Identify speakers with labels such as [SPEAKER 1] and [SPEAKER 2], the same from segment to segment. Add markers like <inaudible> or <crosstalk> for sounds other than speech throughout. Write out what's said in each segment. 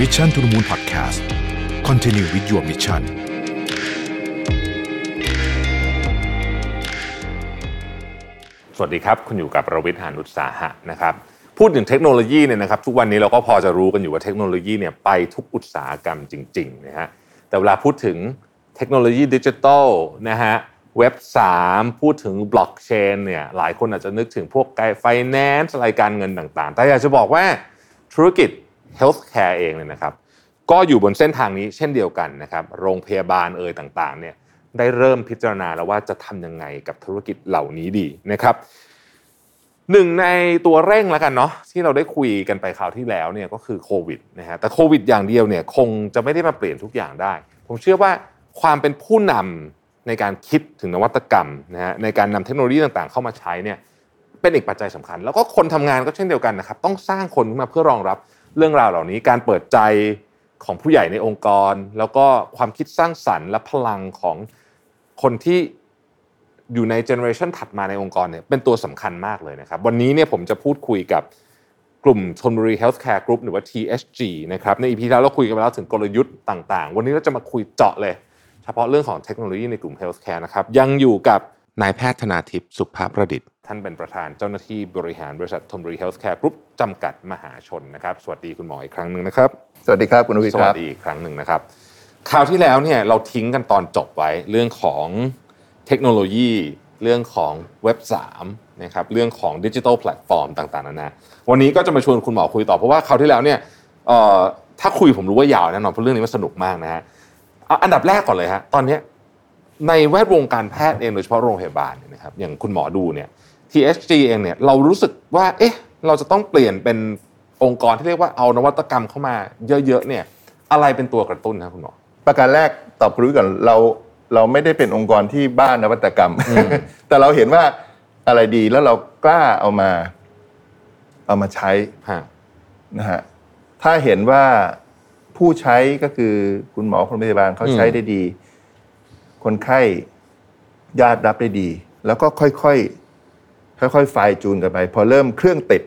[SPEAKER 1] มิชชั่นทุ m มูลพอดแคสต์คอนเทนิววิดีโอมิชชั่น
[SPEAKER 2] สวัสดีครับ คุณอยู่กับประวิทย์หานุตสาหะนะครับพูดถึงเทคโนโลยีเนี่ยนะครับทุกวันนี้เราก็พอจะรู้กันอยู่ว่าเทคโนโลยีเนี่ยไปทุกอุตสาหกรรมจริงๆนะฮะแต่เวลาพูดถึงเทคโนโลยีดิจิทัลนะฮะเว็บ 3 พูดถึงบล็อกเชนเนี่ยหลายคนอาจจะนึกถึงพวกไฟแนนซ์รายการเงินต่างๆ แต่อยากจะบอกว่าธุรกิจเฮลท์แคร์เองเนี่ยนะครับ ก็อยู่บนเส้นทางนี้เช่นเดียวกันนะครับ โรงพยาบาลเอ่ยต่างๆเนี่ยได้เริ่มพิจารณาแล้วว่าจะทำยังไงกับธุรกิจเหล่านี้ดีนะครับ หนึ่งในตัวเร่งแล้วกันเนาะที่เราได้คุยกันไปคราวที่แล้วเนี่ยก็คือโควิดนะฮะแต่โควิดอย่างเดียวเนี่ยคงจะไม่ได้มาเปลี่ยนทุกอย่างได้ ผมเชื่อว่าความเป็นผู้นำในการคิดถึงนวัตกรรมนะฮะในการนำเทคโนโลยีต่างๆ เข้ามาใช้เนี่ยเป็นอีกปัจจัยสำคัญ แล้วก็คนทำงานก็เช่นเดียวกันนะครับต้องสร้างคนขึ้นมาเพื่อรองรับเรื่องราวเหล่านี้ การเปิดใจของผู้ใหญ่ในองค์กร แล้วก็ความคิดสร้างสรรค์และพลังของคนที่ อยู่ในเจเนอเรชันถัดมาในองค์กรเนี่ยเป็นตัวสำคัญมากเลยนะครับ วันนี้เนี่ยผมจะพูดคุยกับกลุ่มชนบุรี Healthcare Group หรือว่า TSG นะครับในอีพีแล้วเราคุยกันไปแล้วถึงกลยุทธ์ต่างๆ วันนี้เราจะมาคุยเจาะเลย เฉพาะเรื่องของเทคโนโลยีในกลุ่ม Healthcare นะครับยังอยู่กับนายแพทย์ธนาทิพย์สุภาประดิษฐ์ ท่านเป็นประธานเจ้าหน้าที่บริหารบริษัทธนบุรี Healthcare Group จำกัดมหาชนนะครับสวัสดีคุณหมออีกครั้งหนึ่งนะครับ
[SPEAKER 3] สวัสดีครับ คุณวิท
[SPEAKER 2] ส
[SPEAKER 3] ย์ค
[SPEAKER 2] วั
[SPEAKER 3] รั
[SPEAKER 2] ส
[SPEAKER 3] บ
[SPEAKER 2] ดีอีกครั้งหนึ่งนะครับ คราวที่แล้วเนี่ยเราทิ้งกันตอนจบไว้เรื่องของเทคโนโลยี เรื่องของเว็บ3นะครับเรื่องของดิจิทัลแพลตฟอร์มต่างๆนานาวันนี้ก็จะมาชวนคุณหมอคุยต่อเพราะว่าคราวที่แล้วเนี่ยเอ่อถ้าคุยผมรู้ว่ายาวแน่นอนเพราะเรื่องนี้มันสนุกมากนะฮะเอาอันดับแรกก่อนเลยฮะตอนเนี้ยในแวดวงการแพทย์เองโดยเฉพาะโรงพยาบาลเนี่ยนะครับอย่างคุณหมอดูเนี่ย TSG เองเนี่ยเรารู้สึกว่าเอ๊ะเราจะต้องเปลี่ยนเป็นองค์กรที่เรียกว่าเอานวัตกรรมเข้ามาเยอะๆเนี่ย อะไรเป็นตัวกระตุ้นครับคุณหมอ
[SPEAKER 3] ประการแรกตอบคุณวิทย์ก่อนเราเราไม่ได้เป็นองค์กรที่บ้านนวัตกรรม <laughs> แต่เราเห็นว่าอะไรดีแล้วเรากล้าเอามา เอามาใช้
[SPEAKER 2] ฮะ
[SPEAKER 3] นะฮะถ้าเห็นว่าผู้ใช้ก็คือคุณหมอคนพยาบาลเขาใช้
[SPEAKER 2] อืม
[SPEAKER 3] ได้ดี คนไข้ญาติรับได้ดี แล้วก็ค่อยๆค่อยๆไฟล์จูนกันไป พอเริ่มเครื่องติด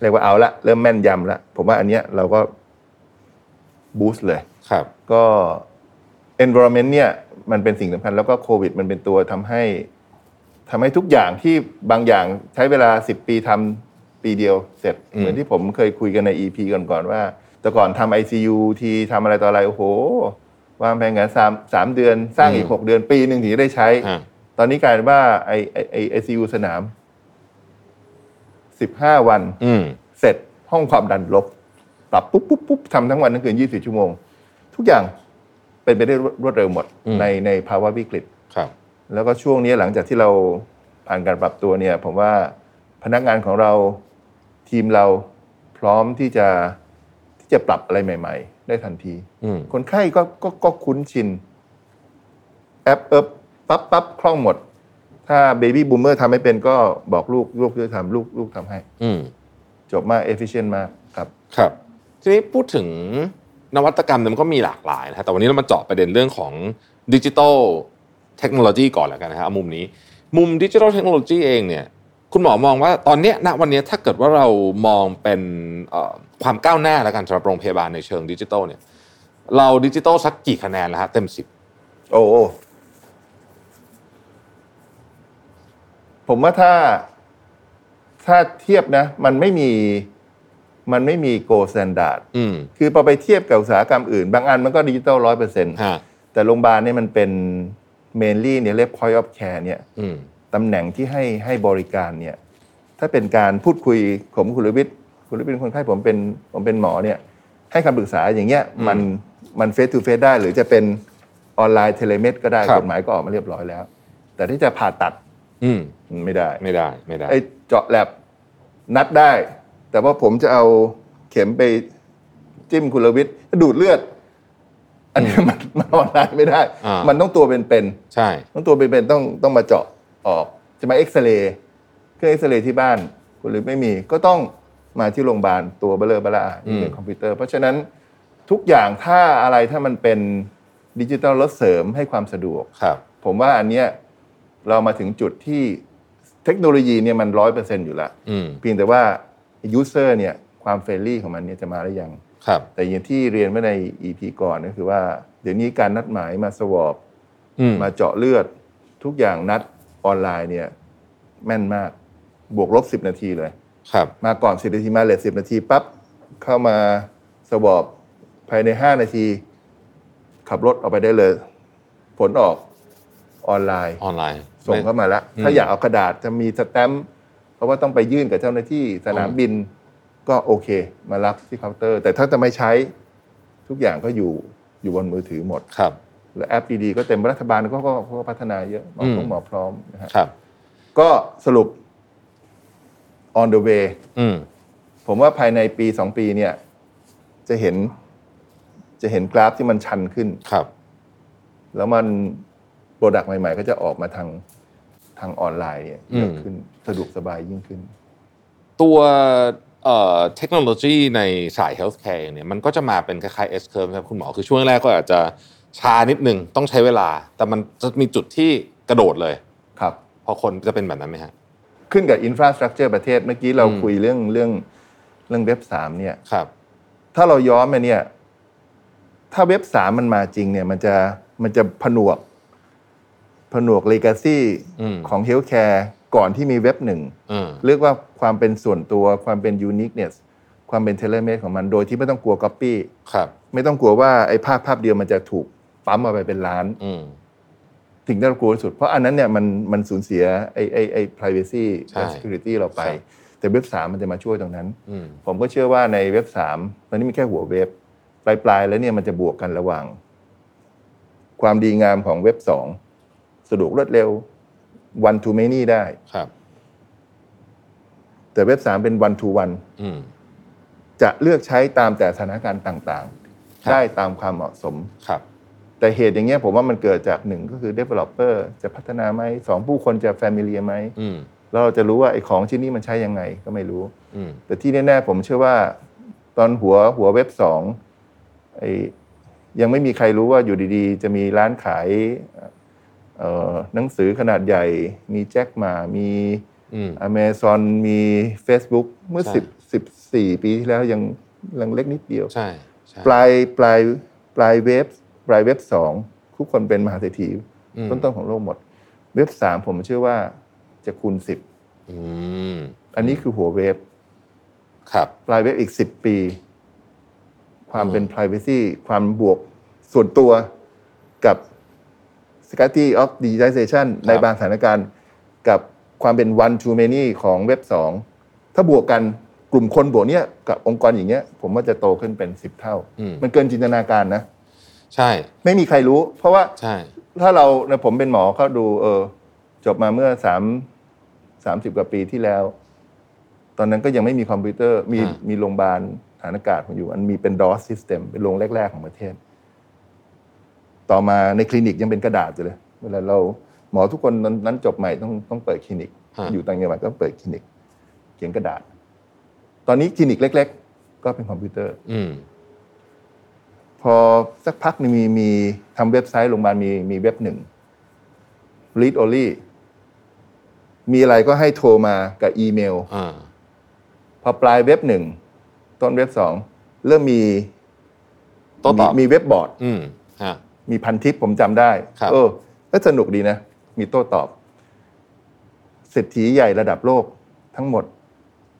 [SPEAKER 3] เรียกว่าเอาละเริ่มแม่นยำละผมว่าอันเนี้ยเราก็บูสต์เลย
[SPEAKER 2] ครับ
[SPEAKER 3] ก็ environment เนี่ยมันเป็นสิ่งสำคัญแล้วก็โควิด มันเป็นตัวทำให้ทำให้ทุกอย่างที่บางอย่างใช้เวลา 10 ปีทำปีเดียวเสร็จ
[SPEAKER 2] อืม
[SPEAKER 3] เหมือนที่ผมเคยคุยกันใน EP ก่อนๆว่า แต่ก่อนทำ ICU ทีทำอะไรต่ออะไร โอ้โห วางแผนงานสามสามเดือน สร้างอีก 6 เดือนปีหนึ่งถึงจะได้ใช้
[SPEAKER 2] ฮะ
[SPEAKER 3] ตอนนี้กลายเป็นว่าไอไอไอ ICU สนาม 15 วัน
[SPEAKER 2] อืม
[SPEAKER 3] เสร็จห้องความดันลบปรับปุ๊บปุ๊บปุ๊บทำทั้งวันทั้งคืน 24 ชั่วโมง ทุกอย่างเป็นไปได้รวดเร็วหมด
[SPEAKER 2] อืม
[SPEAKER 3] ในในภาวะวิกฤต
[SPEAKER 2] ครับ
[SPEAKER 3] แล้วก็ช่วงนี้หลังจากที่เราผ่านการปรับตัวเนี่ย ผมว่าพนักงานของเราทีมเราพร้อมที่จะที่จะปรับอะไรใหม่ ๆ ได้ทันที
[SPEAKER 2] อืม
[SPEAKER 3] คนไข้ก็ก็ก็คุ้นชิน แอปเอิบปั๊บปั๊บคล่องหมด ถ้าเบบี้บูมเมอร์ทำไม่เป็นก็บอกลูกลูกช่วยทำลูกลูกทำให้
[SPEAKER 2] อืม
[SPEAKER 3] จบมากเอฟฟิเชนมากครับ
[SPEAKER 2] ครับ ทีนี้พูดถึงนวัตกรรมเนี่ยมันก็มีหลากหลายนะฮะแต่วันนี้เรามาเจาะประเด็นเรื่องของดิจิ t a ลเทคโนโลยีก่อนแล้วกันนะฮะเอามุมนี้ มุมดิจิ t a ลเทคโนโลยีเองเนี่ย คุณหมอมองว่าตอนเนี้ยณวันเนี้ยถ้าเกิดว่าเรามองเป็นเอ่อความก้าวหน้าแล้วกันสำหรับโรงพยาบาลในเชิงดิจิทัลเนี่ย เราดิจิทัลสักกี่คะแนนแล้วฮะเต็มสิบ
[SPEAKER 3] โอ้โอ้ผมว่าถ้าถ้าเทียบนะ มันไม่มีมันไม่มีโกล d แ n นดาร์ด
[SPEAKER 2] อืม
[SPEAKER 3] คือพอไปเทียบกับอุตสาหกรรมอื่น บางอันมันก็ดิจิตอลร้อยเปอร์เซ็นต์
[SPEAKER 2] ฮะ
[SPEAKER 3] แต่โรงพยาบาลเนี่ยมันเป็น mainly เนี่ยเรียก point of care เนี่ย
[SPEAKER 2] อืม
[SPEAKER 3] ตำแหน่งที่ให้ให้บริการเนี่ย ถ้าเป็นการพูดคุยผมกับคุณลวิทย์คุณลวิทย์เป็นคนไข้ผมเป็นผมเป็นหมอเนี่ย ให้คำปรึกษาอย่างเงี้ยมันมันเฟสทูเฟสได้ หรือจะเป็นออนไลน์เทเลเมดก็ได้กฎหมายก็ออกมาเรียบร้อยแล้ว แต่ที่จะผ่าตัด
[SPEAKER 2] อืม
[SPEAKER 3] ไม่ได้
[SPEAKER 2] ไม่ได้ไม่ได้
[SPEAKER 3] ไอ้เจาะแลบนัดได้ แต่ว่าผมจะเอาเข็มไปจิ้มคุณลวิทย์ดูดเลือด อันนี้มันมันออนไลน์ไม่ได้
[SPEAKER 2] อ่ามั
[SPEAKER 3] มันต้องตัวเป็นๆ
[SPEAKER 2] ใช่
[SPEAKER 3] ต้องตัวเป็นๆต้องต้องมาเจาะออก จะมาเอ็กซเรย์เครื่องเอ็กซเรย์ที่บ้านคุณหรือไม่มี ก็ต้องมาที่โรงพยาบาลตัวเบลอเบลานี่เป็น
[SPEAKER 2] อืม
[SPEAKER 3] คอมพิวเตอร์ เพราะฉะนั้นทุกอย่างถ้าอะไรถ้ามันเป็นดิจิตอลลดเสริมให้ความสะดวก
[SPEAKER 2] ครับ
[SPEAKER 3] ผมว่าอันเนี้ยเรามาถึงจุดที่เทคโนโลยีเนี่ยมันร้อยเปอร์เซ็นต์อยู่แล้ว
[SPEAKER 2] อืม
[SPEAKER 3] เพียงแต่ว่ายูเซอร์เนี่ย ความเฟรนลี่ของมันเนี่ยจะมาหรือยัง
[SPEAKER 2] ครับ
[SPEAKER 3] แต่อย่างที่เรียนไว้ใน EP ก่อนก็คือว่า เดี๋ยวนี้การนัดหมายมาสวอป
[SPEAKER 2] อืม
[SPEAKER 3] มาเจาะเลือด ทุกอย่างนัดออนไลน์เนี่ยแม่นมากบวกลบ 10 นาทีเลย
[SPEAKER 2] ครับ
[SPEAKER 3] มาก่อนสิบนาทีมาเลทสิบนาทีปั๊บเข้ามาสวอปภายในห้านาที ขับรถออกไปได้เลย ผลออกออนไลน์
[SPEAKER 2] ออนไลน์
[SPEAKER 3] ส่งเข้ามาแล้ว
[SPEAKER 2] อืม
[SPEAKER 3] ถ้าอยากเอากระดาษจะมีสแตมป์เพราะว่าต้องไปยื่นกับเจ้าหน้าที่สนามบินก็โอเค มารับที่เคาน์เตอร์ แต่ถ้าจะไม่ใช้ทุกอย่างก็อยู่อยู่บนมือถือหมด
[SPEAKER 2] ครับ
[SPEAKER 3] และแอปดีๆก็เต็มรัฐบาลก็ก็ก็พัฒนาเยอะหมอพร้อ
[SPEAKER 2] อื
[SPEAKER 3] ม
[SPEAKER 2] ม
[SPEAKER 3] หมอพร้อมนะฮะ
[SPEAKER 2] ครับ
[SPEAKER 3] ก็สรุป on the way
[SPEAKER 2] อืม
[SPEAKER 3] ผมว่าภายในปีสองปีเนี่ย จะเห็นจะเห็นกราฟที่มันชันขึ้น
[SPEAKER 2] ครับ
[SPEAKER 3] แล้วมันโปรดักต์ใหม่ ๆ ก็จะออกมาทางทางออนไลน์เนี่ยเยอะ
[SPEAKER 2] อืม
[SPEAKER 3] ขึ้นสะดวกสบายยิ่งขึ้น
[SPEAKER 2] ตัวเอ่อเทคโนโลยีในสาย healthcare เองเนี่ยมันก็จะมาเป็นคล้ายๆ S curve นะครับคุณหมอคือช่วงแรกก็อาจจะช้านิดนึงต้องใช้เวลา แต่มันจะมีจุดที่กระโดดเลย
[SPEAKER 3] ครับ
[SPEAKER 2] พอคนจะเป็นแบบนั้นไหมฮะ
[SPEAKER 3] ขึ้นกับอินฟราสตรักเจอร์ประเทศเมื่อกี้เรา
[SPEAKER 2] อืม
[SPEAKER 3] คุยเรื่องเรื่องเรื่องเว็บสามเนี่ย
[SPEAKER 2] ครับ
[SPEAKER 3] ถ้าเราย้อนไปเนี่ย ถ้าเว็บสามมันมาจริงเนี่ยมันจะมันจะผนวก ผนวกเลกาซี
[SPEAKER 2] อืม
[SPEAKER 3] ของเฮลท์แคร์ก่อนที่มีเว็บหนึ่ง
[SPEAKER 2] อืม
[SPEAKER 3] เรียกว่าความเป็นส่วนตัวความเป็นยูนิคเนสความเป็นเทเลเมตของมันโดยที่ไม่ต้องกลัวก๊อปปี้
[SPEAKER 2] ครับ
[SPEAKER 3] ไม่ต้องกลัวว่าไอ้ภาพภาพเดียวมันจะถูกปั๊มมาไปเป็นล้าน
[SPEAKER 2] อืม
[SPEAKER 3] สิ่งที่เรากลัวที่สุด เพราะอันนั้นเนี่ยมันมันสูญเสียไอ้ไอ้ไอ้ privacy
[SPEAKER 2] ใช่
[SPEAKER 3] และ security เราไป
[SPEAKER 2] ใช่
[SPEAKER 3] แต่เว็บ3มันจะมาช่วยตรงนั้น
[SPEAKER 2] อืม
[SPEAKER 3] ผมก็เชื่อว่าในเว็บ3ตอนนี้มีแค่หัวเว็บ ปลายปลายๆแล้วเนี่ยมันจะบวกกันระหว่าง ความดีงามของเว็บ2สะดวกรวดเร็ว one to many ได้
[SPEAKER 2] ครับ
[SPEAKER 3] แต่เว็บ3เป็น one to one
[SPEAKER 2] อืม
[SPEAKER 3] จะเลือกใช้ตามแต่สถานการณ์ต่าง
[SPEAKER 2] ครับ
[SPEAKER 3] ๆ ได้ตามความเหมาะสม
[SPEAKER 2] ครับ
[SPEAKER 3] แต่เหตุอย่างเงี้ยผมว่ามันเกิดจากหนึ่งก็คือ developer จะพัฒนาไหมสองผู้คนจะ familiar ไหม
[SPEAKER 2] อืม
[SPEAKER 3] แล้วเราจะรู้ว่าไอ้ของชิ้นนี้มันใช้ยังไงก็ไม่รู้
[SPEAKER 2] อืม
[SPEAKER 3] แต่ที่แน่ๆผมเชื่อว่า ตอนหัวหัวเว็บสองไอ้ยังไม่มีใครรู้ว่าอยู่ดีๆ จะมีร้านขายเอ่อหนังสือขนาดใหญ่ มีแจ็คมามี
[SPEAKER 2] อืม
[SPEAKER 3] อเมซอนมี Facebook เมื่อ
[SPEAKER 2] ใช่
[SPEAKER 3] สิบสิบสี่ปีที่แล้วยังยังเล็กนิดเดียว
[SPEAKER 2] ใช่ใช่
[SPEAKER 3] ปลายปลายปลายเว็บปลายเว็บสองทุกคนเป็นมหาเศรษฐี
[SPEAKER 2] อืม
[SPEAKER 3] ต้นต้นๆของโลกหมด เว็บสามผมเชื่อว่าจะคูณสิบ
[SPEAKER 2] อืม
[SPEAKER 3] อันนี้คือหัวเว็บ
[SPEAKER 2] ครับ
[SPEAKER 3] ปลายเว็บอีกสิบปี ความเป็น
[SPEAKER 2] อืม
[SPEAKER 3] privacy ความบวกส่วนตัวกับ security of digitization ในบางสถานการณ์ กับความเป็น one to many ของเว็บสองถ้าบวกกันกลุ่มคนบวกเนี้ยกับองค์กรอย่างเงี้ย ผมว่าจะโตขึ้นเป็นสิบเท่า
[SPEAKER 2] อืม
[SPEAKER 3] มันเกินจินตนาการนะ
[SPEAKER 2] ใช่
[SPEAKER 3] ไม่มีใครรู้ เพราะว่า
[SPEAKER 2] ใช่
[SPEAKER 3] ถ้าเรานะผมเป็นหมอเขาดู เออ จบมาเมื่อสามสามสิบกว่าปีที่แล้ว ตอนนั้นก็ยังไม่มีคอมพิวเตอร์ มีมีโรงพยาบาลฐานอากาศผมอยู่ อันมีเป็น DOS system เป็นโรงแรก ๆ ของประเทศ ต่อมาในคลินิกยังเป็นกระดาษอยู่เลย เวลาเราหมอทุกคนตอนนั้นจบใหม่ต้องต้องเปิดคลินิก
[SPEAKER 2] ฮะ
[SPEAKER 3] อยู่ต่างจังหวัดก็เปิดคลินิก เขียนกระดาษ ตอนนี้คลินิกเล็ก ๆ ก็เป็นคอมพิวเตอร์
[SPEAKER 2] อืม
[SPEAKER 3] พอสักพักหนึ่งมีมีทำเว็บไซต์โรงพยาบาลมีมีเว็บหนึ่ง read only มีอะไรก็ให้โทรมากับอีเมล
[SPEAKER 2] อ่า
[SPEAKER 3] พอปลายเว็บหนึ่งต้นเว็บสองเริ่มมี
[SPEAKER 2] โต้ตอบ
[SPEAKER 3] มีมีเว็บบอร์ด
[SPEAKER 2] อืมฮะ
[SPEAKER 3] มีพันทิปผมจำได้
[SPEAKER 2] ครับ
[SPEAKER 3] เออแล้วสนุกดีนะ มีโต้ตอบเศรษฐีใหญ่ระดับโลกทั้งหมด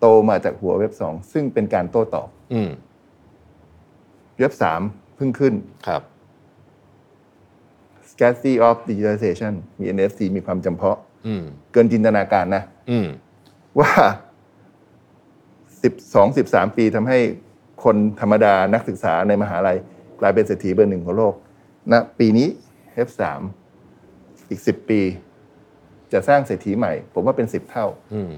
[SPEAKER 3] โตมาจากหัวเว็บสองซึ่งเป็นการโต้ตอบ
[SPEAKER 2] อืม
[SPEAKER 3] เว็บสามเพิ่งขึ้น
[SPEAKER 2] ครับ
[SPEAKER 3] scarcity of digitalization มี NFC มีความจำเพาะ
[SPEAKER 2] อืม
[SPEAKER 3] เกินจินตนาการนะ
[SPEAKER 2] อืม
[SPEAKER 3] ว่าสิบสองสิบสามปีทำให้คนธรรมดานักศึกษาในมหาลัย กลายเป็นเศรษฐีเบอร์หนึ่งของโลกนะปีนี้ F3 อีกสิบปี จะสร้างเศรษฐีใหม่ ผมว่าเป็นสิบเท่า
[SPEAKER 2] อืม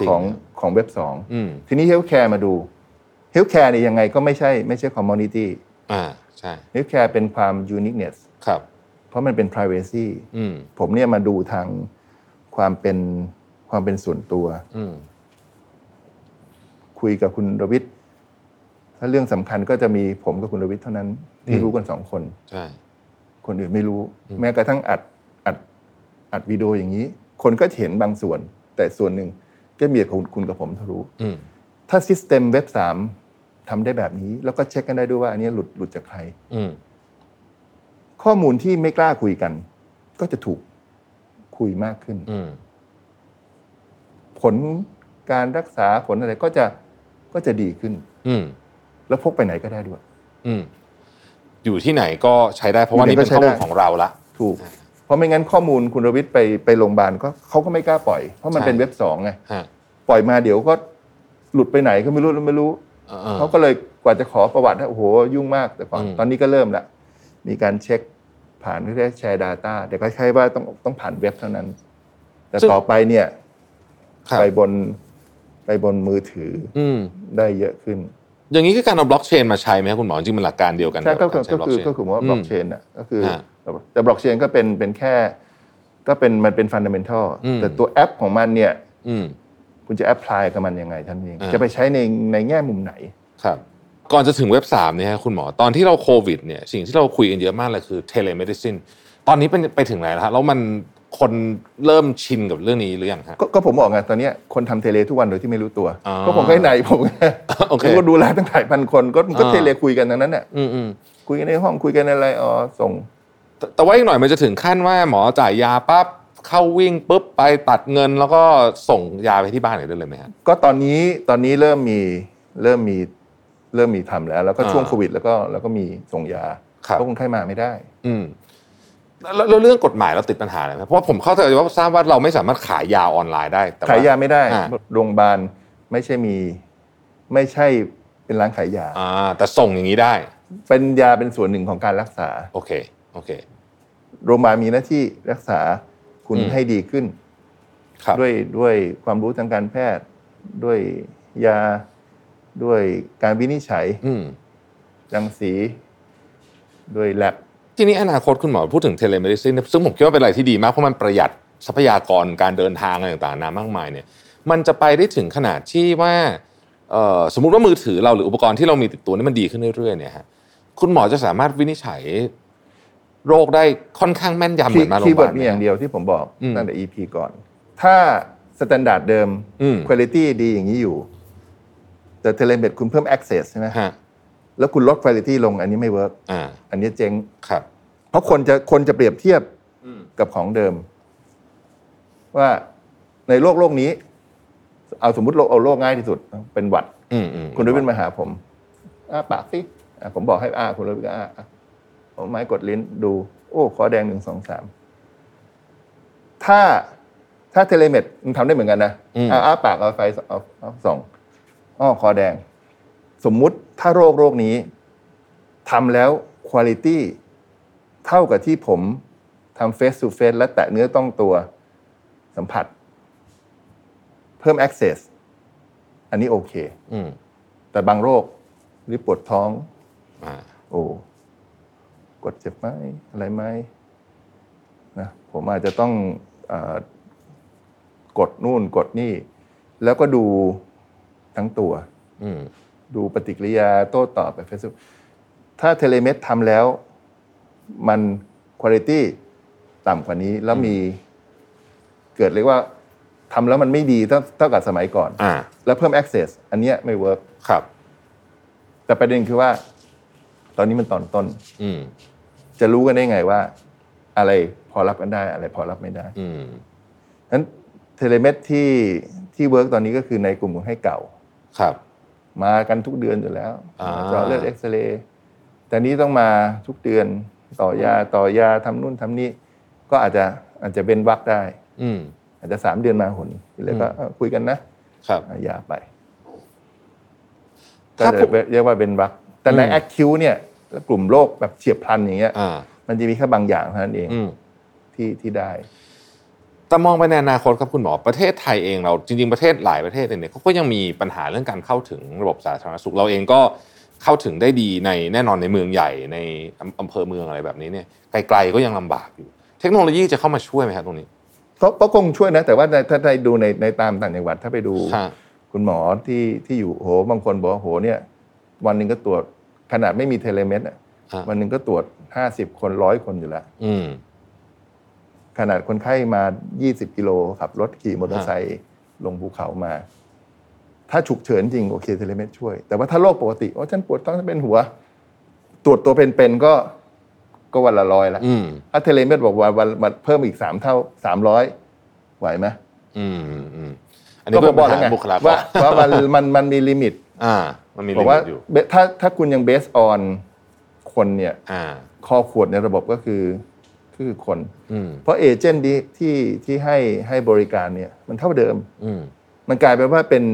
[SPEAKER 2] จริง
[SPEAKER 3] ของ
[SPEAKER 2] นะ
[SPEAKER 3] ของเว็บสอง
[SPEAKER 2] อืม
[SPEAKER 3] ทีนี้เฮลท์แคร์มาดูเฮลท์แคร์เนี่ยยังไงก็ไม่ใช่ไม่ใช่คอมมอนิตี้
[SPEAKER 2] อ่าใช่
[SPEAKER 3] เฮลท์แคร์เป็นความยูนิคเนส
[SPEAKER 2] ครับ
[SPEAKER 3] เพราะมันเป็น Privacy
[SPEAKER 2] อืม
[SPEAKER 3] ผมเนี่ยมาดูทางความเป็นความเป็นส่วนตัว
[SPEAKER 2] อืม
[SPEAKER 3] คุยกับคุณรวิทย์ถ้าเรื่องสำคัญก็จะมีผมกับคุณรวิทย์เท่านั้น ที่รู้กันสองคน
[SPEAKER 2] ใช่
[SPEAKER 3] คนอื่นไม่รู้ แม้กระทั่งอัดอัดอัดวิดีโออย่างนี้ คนก็จะเห็นบางส่วน แต่ส่วนหนึ่งก็มีแต่คุณคุณกับผมเท่ารู้
[SPEAKER 2] อืม
[SPEAKER 3] ถ้า System Web 3ทำได้แบบนี้ แล้วก็เช็คกันได้ด้วยว่าอันนี้หลุดหลุดจากใคร
[SPEAKER 2] อืม
[SPEAKER 3] ข้อมูลที่ไม่กล้าคุยกัน ก็จะถูกคุยมากขึ้น
[SPEAKER 2] อืม
[SPEAKER 3] ผลการรักษาผลอะไรก็จะก็จะดีขึ้น
[SPEAKER 2] อืม
[SPEAKER 3] แล้วพกไปไหนก็ได้ด้วย
[SPEAKER 2] อืมอยู่ที่ไหนก็ใช้ได้เพราะว่านี่เป็นข้อมูลของเราละ
[SPEAKER 3] ถูก เพราะไม่งั้นข้อมูลคุณรวิทย์ไปไปโรงพยาบาลก็เขาก็ไม่กล้าปล่อย เพราะมัน
[SPEAKER 2] ใช่
[SPEAKER 3] เป็นเว็บสองไง
[SPEAKER 2] ฮะ
[SPEAKER 3] ปล่อยมาเดี๋ยวก็หลุดไปไหนก็ไม่รู้ไม่รู้
[SPEAKER 2] อออ
[SPEAKER 3] เขาก็เลยกว่าจะขอประวัตินะโอ้โหยุ่งมากแต่ก่อน
[SPEAKER 2] อืม
[SPEAKER 3] ตอนนี้ก็เริ่มละมีการเช็คผ่านเรียกแชร์ Data แต่ก็ใช่ว่าต้องต้องผ่านเว็บเท่านั้น แต่ต่อไปเนี่ย
[SPEAKER 2] ครับ
[SPEAKER 3] ไปบนไปบนมือถือ
[SPEAKER 2] อืม
[SPEAKER 3] ได้เยอะขึ้น
[SPEAKER 2] อย่างนี้คือการเอาบล็อกเชนมาใช้ไหมครับคุณหมอจริงๆมันหลักการเดียวกัน
[SPEAKER 3] ใช่ก็
[SPEAKER 2] บ
[SPEAKER 3] คื
[SPEAKER 2] การ
[SPEAKER 3] อ
[SPEAKER 2] ใช้
[SPEAKER 3] ก็คือ
[SPEAKER 2] blockchain
[SPEAKER 3] ก็คือว่าบล็อกเชนอ่ะก็คือ
[SPEAKER 2] ฮะ
[SPEAKER 3] แต่บล็อกเชนก็เป็นเป็นแค่ ก็เป็นมันเป็นฟันเดเมนทัล
[SPEAKER 2] อืม
[SPEAKER 3] แต่ตัวแอปของมันเนี่ย
[SPEAKER 2] อืม
[SPEAKER 3] คุณจะแอพพลายกับมันยังไงท่านเอง
[SPEAKER 2] อ่า
[SPEAKER 3] จะไปใช้ในในแง่มุมไหน
[SPEAKER 2] ครับ ก่อนจะถึงเว็บ3เนี่ยฮะคุณหมอตอนที่เราโควิดเนี่ยสิ่งที่เราคุยกันเยอะมากเลยคือเทเลเมดิซินตอนนี้เป็นไปถึงไหนแล้วฮะแล้วมันคนเริ่มชินกับเรื่องนี้หรือยังฮะ
[SPEAKER 3] ก็ก็ผมบอกไงตอนเนี้ยคนทำเทเลทุกวันโดยที่ไม่รู้ตัว
[SPEAKER 2] อ๋อ
[SPEAKER 3] ก็ผมก็ให้ไหนผม
[SPEAKER 2] <laughs>
[SPEAKER 3] ไง
[SPEAKER 2] โอเค
[SPEAKER 3] ผมก็ดูแลตั้งหลายพันคนก็ก็
[SPEAKER 2] อ่า
[SPEAKER 3] เทเลคุยกันทั้งนั้นน่ะ
[SPEAKER 2] อืมอืม
[SPEAKER 3] คุยกันในห้องคุยกันอะไรอ๋อส่ง
[SPEAKER 2] แต่แต่ว่าอีกหน่อยมันจะถึงขั้นว่าหมอจ่ายยาปั๊บเข้าวิ่งปุ๊บไปตัดเงินแล้วก็ส่งยาไปที่บ้านหน่อยได้เลยไหมฮะ
[SPEAKER 3] ก็ตอนนี้ตอนนี้เริ่มมีเริ่มมีเริ่มมีทำแล้ว แล้วก็ช่วง
[SPEAKER 2] อ่า
[SPEAKER 3] โควิด แล้วก็แล้วก็มีส่งยา
[SPEAKER 2] ครับ
[SPEAKER 3] เพราะคนไข้มาไม่ได้
[SPEAKER 2] อืมแล้วแล้วเรื่องกฎหมายเราติดปัญหาอะไรไหมเพราะว่าผมเข้าใจว่าทราบว่าเราไม่สามารถขายยาออนไลน์ได้แต่ว่
[SPEAKER 3] ขายยาไม่ได้
[SPEAKER 2] อ่า
[SPEAKER 3] โรงพยาบาลไม่ใช่มีไม่ใช่เป็นร้านขายยา
[SPEAKER 2] อ่าแต่ส่งอย่างนี้ได้
[SPEAKER 3] เป็นยาเป็นส่วนหนึ่งของการรักษา
[SPEAKER 2] โอเค โอเค
[SPEAKER 3] โรงพยาบาลมีหน้าที่รักษาคุณ
[SPEAKER 2] อืม
[SPEAKER 3] ให้ดีขึ้น
[SPEAKER 2] ครับ
[SPEAKER 3] ด้วยด้วยความรู้ทางการแพทย์ ด้วยยาด้วยการวินิจฉัย
[SPEAKER 2] อืม
[SPEAKER 3] รังสี ด้วยแลบ
[SPEAKER 2] ทีนี้อนาคตคุณหมอพูดถึงเทเลเมดิซินยซึ่งผมคิดว่าเป็นอะไรที่ดีมาก เพราะมันประหยัดทรัพยากรการเดินทางอะไรต่างๆนามากมายเนี่ย มันจะไปได้ถึงขนาดที่ว่าเอ่อสมมุติว่ามือถือเราหรืออุปกรณ์ที่เรามีติดตัวนี่มันดีขึ้นเรื่อยๆเนี่ยฮะคุณหมอจะสามารถวินิจฉัยโรคได้ค่อนข้างแม่นยำเหมือนมาโรงพ
[SPEAKER 3] คีย์
[SPEAKER 2] ยา
[SPEAKER 3] เวิร์
[SPEAKER 2] บา
[SPEAKER 3] ด
[SPEAKER 2] ล
[SPEAKER 3] มีอย่าง
[SPEAKER 2] ไหม
[SPEAKER 3] เดียวที่ผมบอก
[SPEAKER 2] อืม
[SPEAKER 3] ตั้งแต่ EP ก่อน ถ้าสแตนดาร์ดเดิม
[SPEAKER 2] อืม
[SPEAKER 3] คุณ i t y ดีอย่างนี้อยู่ แต่เทเลเมดคุณเพิ่ม Access ใช่ไหม
[SPEAKER 2] ฮะ
[SPEAKER 3] แล้วคุณลดคุณ i t y ลงอันนี้ไม่เวิร์ก
[SPEAKER 2] อ่า
[SPEAKER 3] อันนี้เจ๊ง
[SPEAKER 2] ครับ
[SPEAKER 3] เพราะคนจะคนจะเปรียบเทียบ
[SPEAKER 2] อืม
[SPEAKER 3] กับของเดิม ว่าในโลกโลกนี้ เอาสมมติโลกเอาโลกง่ายที่สุดเป็นหวัด
[SPEAKER 2] อืมอืม
[SPEAKER 3] คุณรวิทย์มาหาผมอ้าปากสิอ่ะผมบอกให้อ้าคุณรวิทย์ก็อ้าอ่ะผมไม้กดลิ้นดู โอ้ขอแดงหนึ่งสองสามถ้าถ้าเทเลเมดมันทำได้เหมือนกันนะอ่ะอ้าปากเอาไฟสเอาเอาส่องอ้อคอแดง สมมุติถ้าโรคโรคนี้ทำแล้วคุณ i t y เท่ากับที่ผมทำเฟส o f เฟสและแตะเนื้อต้องตัวสัมผัส เพิ่ม Access อันนี้โอเค
[SPEAKER 2] อืม
[SPEAKER 3] แต่บางโรคหรือปวดท้อง
[SPEAKER 2] อ่า
[SPEAKER 3] โอ้กดเจ็บไหมอะไรไหมนะผมอาจจะต้องเออกดนู่นกดนี่ แล้วก็ดูทั้งตัว
[SPEAKER 2] อืม
[SPEAKER 3] ดูปฏิกิริยาโต้ตอบแบบเฟซบุ๊กถ้าเทเลเมตทำแล้ว มันคุณ i t y ต่ำกว่านี้แล้วมี เกิดเรียกว่าทำแล้วมันไม่ดีเท่าเท่ากับสมัยก่อน
[SPEAKER 2] อ่า
[SPEAKER 3] แล้วเพิ่ม Access อันเนี้ยไม่เวิร์ก
[SPEAKER 2] ครับ
[SPEAKER 3] แต่ประเด็นคือว่า ตอนนี้มันตอนต้น
[SPEAKER 2] อืม
[SPEAKER 3] จะรู้กันได้ไงว่า อะไรพอรับกันได้ อะไรพอรับไม่ได้
[SPEAKER 2] อืม
[SPEAKER 3] ฉะนั้นเทเลเมตที่ที่เวิร์กตอนนี้ก็คือในกลุ่มคนให้เก่า
[SPEAKER 2] ครับ
[SPEAKER 3] มากันทุกเดือนอยู่แล้ว
[SPEAKER 2] อ่า
[SPEAKER 3] เจาะเลือดเอ็กซเรย์แต่นี้ต้องมาทุกเดือนต่อยาต่อยาทำนู่นทำนี่ก็อาจจะอาจจะเป็นวักได้
[SPEAKER 2] อืม
[SPEAKER 3] อาจจะสามเดือนมาหนแล้วก็เออคุยกันนะครับ เอายาไป
[SPEAKER 2] ค
[SPEAKER 3] ก็
[SPEAKER 2] รับผ
[SPEAKER 3] จะ
[SPEAKER 2] ม
[SPEAKER 3] เรียกว่าเป็นวักแต่ใน
[SPEAKER 2] อืม
[SPEAKER 3] แอคคิวเนี่ยแล้วกลุ่มโรคแบบเฉียบพลันอย่างเงี้ย
[SPEAKER 2] อ่า
[SPEAKER 3] มันจะมีแค่บางอย่างเท่านั้นเอง
[SPEAKER 2] อืม
[SPEAKER 3] ที่ที่ได้
[SPEAKER 2] แต่มองไปในอนาคตครับคุณหมอประเทศไทยเองเราจริง ๆ ประเทศหลายประเทศเนี่ยเขาก็ยังมีปัญหาเรื่องการเข้าถึงระบบสาธารณสุขเราเองก็เข้าถึงได้ดีในแน่นอนในเมืองใหญ่ในอำอำเภอเมืองอะไรแบบนี้เนี่ยไกลๆก็ยังลำบากอยู่ เทคโนโลยีจะเข้ามาช่วยไหมครับตรงนี้
[SPEAKER 3] ก็ก็คงช่วยนะ แต่ว่าในถ้าได้ดูในในตามต่างจังหวัด ถ้าไปดู
[SPEAKER 2] ฮะ
[SPEAKER 3] คุณหมอที่ที่อยู่โหบางคนบอกว่าโหเนี่ย วันหนึ่งก็ตรวจขนาดไม่มีเทเลเมด
[SPEAKER 2] ฮะ
[SPEAKER 3] วันหนึ่งก็ตรวจห้าสิบคนร้อยคนอยู่แล้ว
[SPEAKER 2] อืม
[SPEAKER 3] ขนาดคนไข้มา 20 กิโลขับรถขี่มอเตอร์ไซค์ลงภูเขามา ถ้าฉุกเฉินจริงโอเคเทเลเมดช่วย แต่ว่าถ้าโรคปกติโอ้ฉันปวดท้องฉันเป็นหัว ตรวจตัวเป็นๆก็ก็วันละร้อยละ
[SPEAKER 2] อืม
[SPEAKER 3] ถ้าเทเลเมดบอกว่าวันวันเพิ่มอีกสามเท่าสามร้อยไหวไหม
[SPEAKER 2] อืมอืมอันนี้ก็
[SPEAKER 3] บ
[SPEAKER 2] บอก อก
[SPEAKER 3] แล้วไง
[SPEAKER 2] บุคลาก
[SPEAKER 3] ว่าร ว่ามันมันมันมีลิมิต
[SPEAKER 2] อ่า มันมี
[SPEAKER 3] บอ
[SPEAKER 2] ลิ
[SPEAKER 3] ก
[SPEAKER 2] มิ
[SPEAKER 3] ว่า
[SPEAKER 2] ตอยู่
[SPEAKER 3] เบถ้าถ้าคุณยังเบสออนคนเนี่ย
[SPEAKER 2] อ่า
[SPEAKER 3] ข้อขวดในระบบก็คือคือคน
[SPEAKER 2] อืม
[SPEAKER 3] เพราะเอเจนต์ที่ที่ที่ให้ให้บริการเนี่ย มันเท่าเดิม
[SPEAKER 2] อืม
[SPEAKER 3] มันกลายไปนว่าเป็น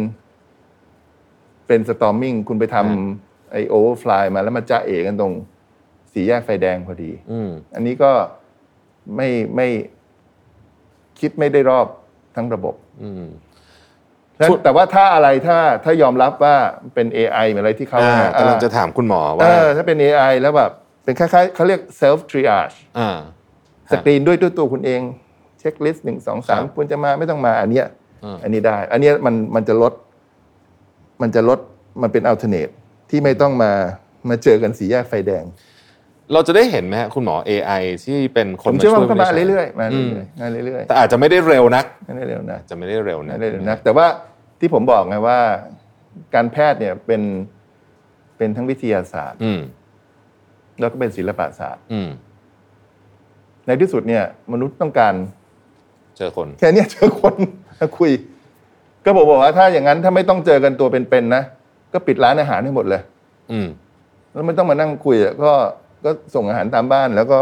[SPEAKER 3] เป็นสตอมมิ่งคุณไปท
[SPEAKER 2] อืม
[SPEAKER 3] ำไอโอเวอร์ฟลายมาแล้วมาจ้าเอกันตรงสี่แยกไฟแดงพอดี
[SPEAKER 2] อืม
[SPEAKER 3] อันนี้ก็ไม่ไม่คิดไม่ได้รอบทั้งระบบ
[SPEAKER 2] อืม
[SPEAKER 3] ฉะนั้
[SPEAKER 2] ส่วน น
[SPEAKER 3] แต่ว่าถ้าอะไรถ้าถ้ายอมรับว่าเป็น AI เหมือนอะไรที่เขา
[SPEAKER 2] อ่า
[SPEAKER 3] อ่าก
[SPEAKER 2] ำลังจะถามคุณหมอ
[SPEAKER 3] เอ
[SPEAKER 2] ว่า
[SPEAKER 3] อถ้าเป็น AI แล้วแบบเป็นคล้ายๆเขาเรียก self triage
[SPEAKER 2] อ่า
[SPEAKER 3] สกรีนด้วยด้วยตัวคุณเองเช็คลิสต์หนึ่งสองสาม
[SPEAKER 2] ครับ
[SPEAKER 3] คุณจะมาไม่ต้องมาอันเนี้ย
[SPEAKER 2] อืม
[SPEAKER 3] อันนี้ได้ อันเนี้ยมันมันจะลด มันจะลดมันเป็นอัลเทอร์เนทที่ไม่ต้องมามาเจอกันสีแยกไฟแดง
[SPEAKER 2] เราจะได้เห็นไหมฮะคุณหมอ AI ที่เป็นค
[SPEAKER 3] ผ
[SPEAKER 2] น
[SPEAKER 3] มเชื่อว่ามันก็
[SPEAKER 2] วิ
[SPEAKER 3] มา
[SPEAKER 2] จฉั
[SPEAKER 3] เรื่อยๆมาเรื่อยๆมาเรื่อย
[SPEAKER 2] แต่อาจจะไม่ได้เร็วนัก
[SPEAKER 3] ๆมาเร็วๆนะ
[SPEAKER 2] อาจจะไม่ได้เร็วนั
[SPEAKER 3] ไม่
[SPEAKER 2] ก
[SPEAKER 3] ได้เร็วนักแต่ว่าที่ผมบอกไงว่า การแพทย์เนี่ยเป็นเป็นทั้งวิทยาศาสตร์
[SPEAKER 2] อืม
[SPEAKER 3] แล้วก็เป็นศิลปศาสตร์
[SPEAKER 2] อืม
[SPEAKER 3] ในที่สุดเนี่ย มนุษย์ต้องการ
[SPEAKER 2] เจอคน
[SPEAKER 3] แค่เนี้ยเจอคน <laughs> มาคุย ก็ผมบอกว่าถ้าอย่างนั้นถ้าไม่ต้องเจอกันตัวเป็นๆนะก็ปิดร้านอาหารให้หมดเลย
[SPEAKER 2] อืม
[SPEAKER 3] แล้วไม่ต้องมานั่งคุยอะก็ก็ส่งอาหารตามบ้าน แล้วก็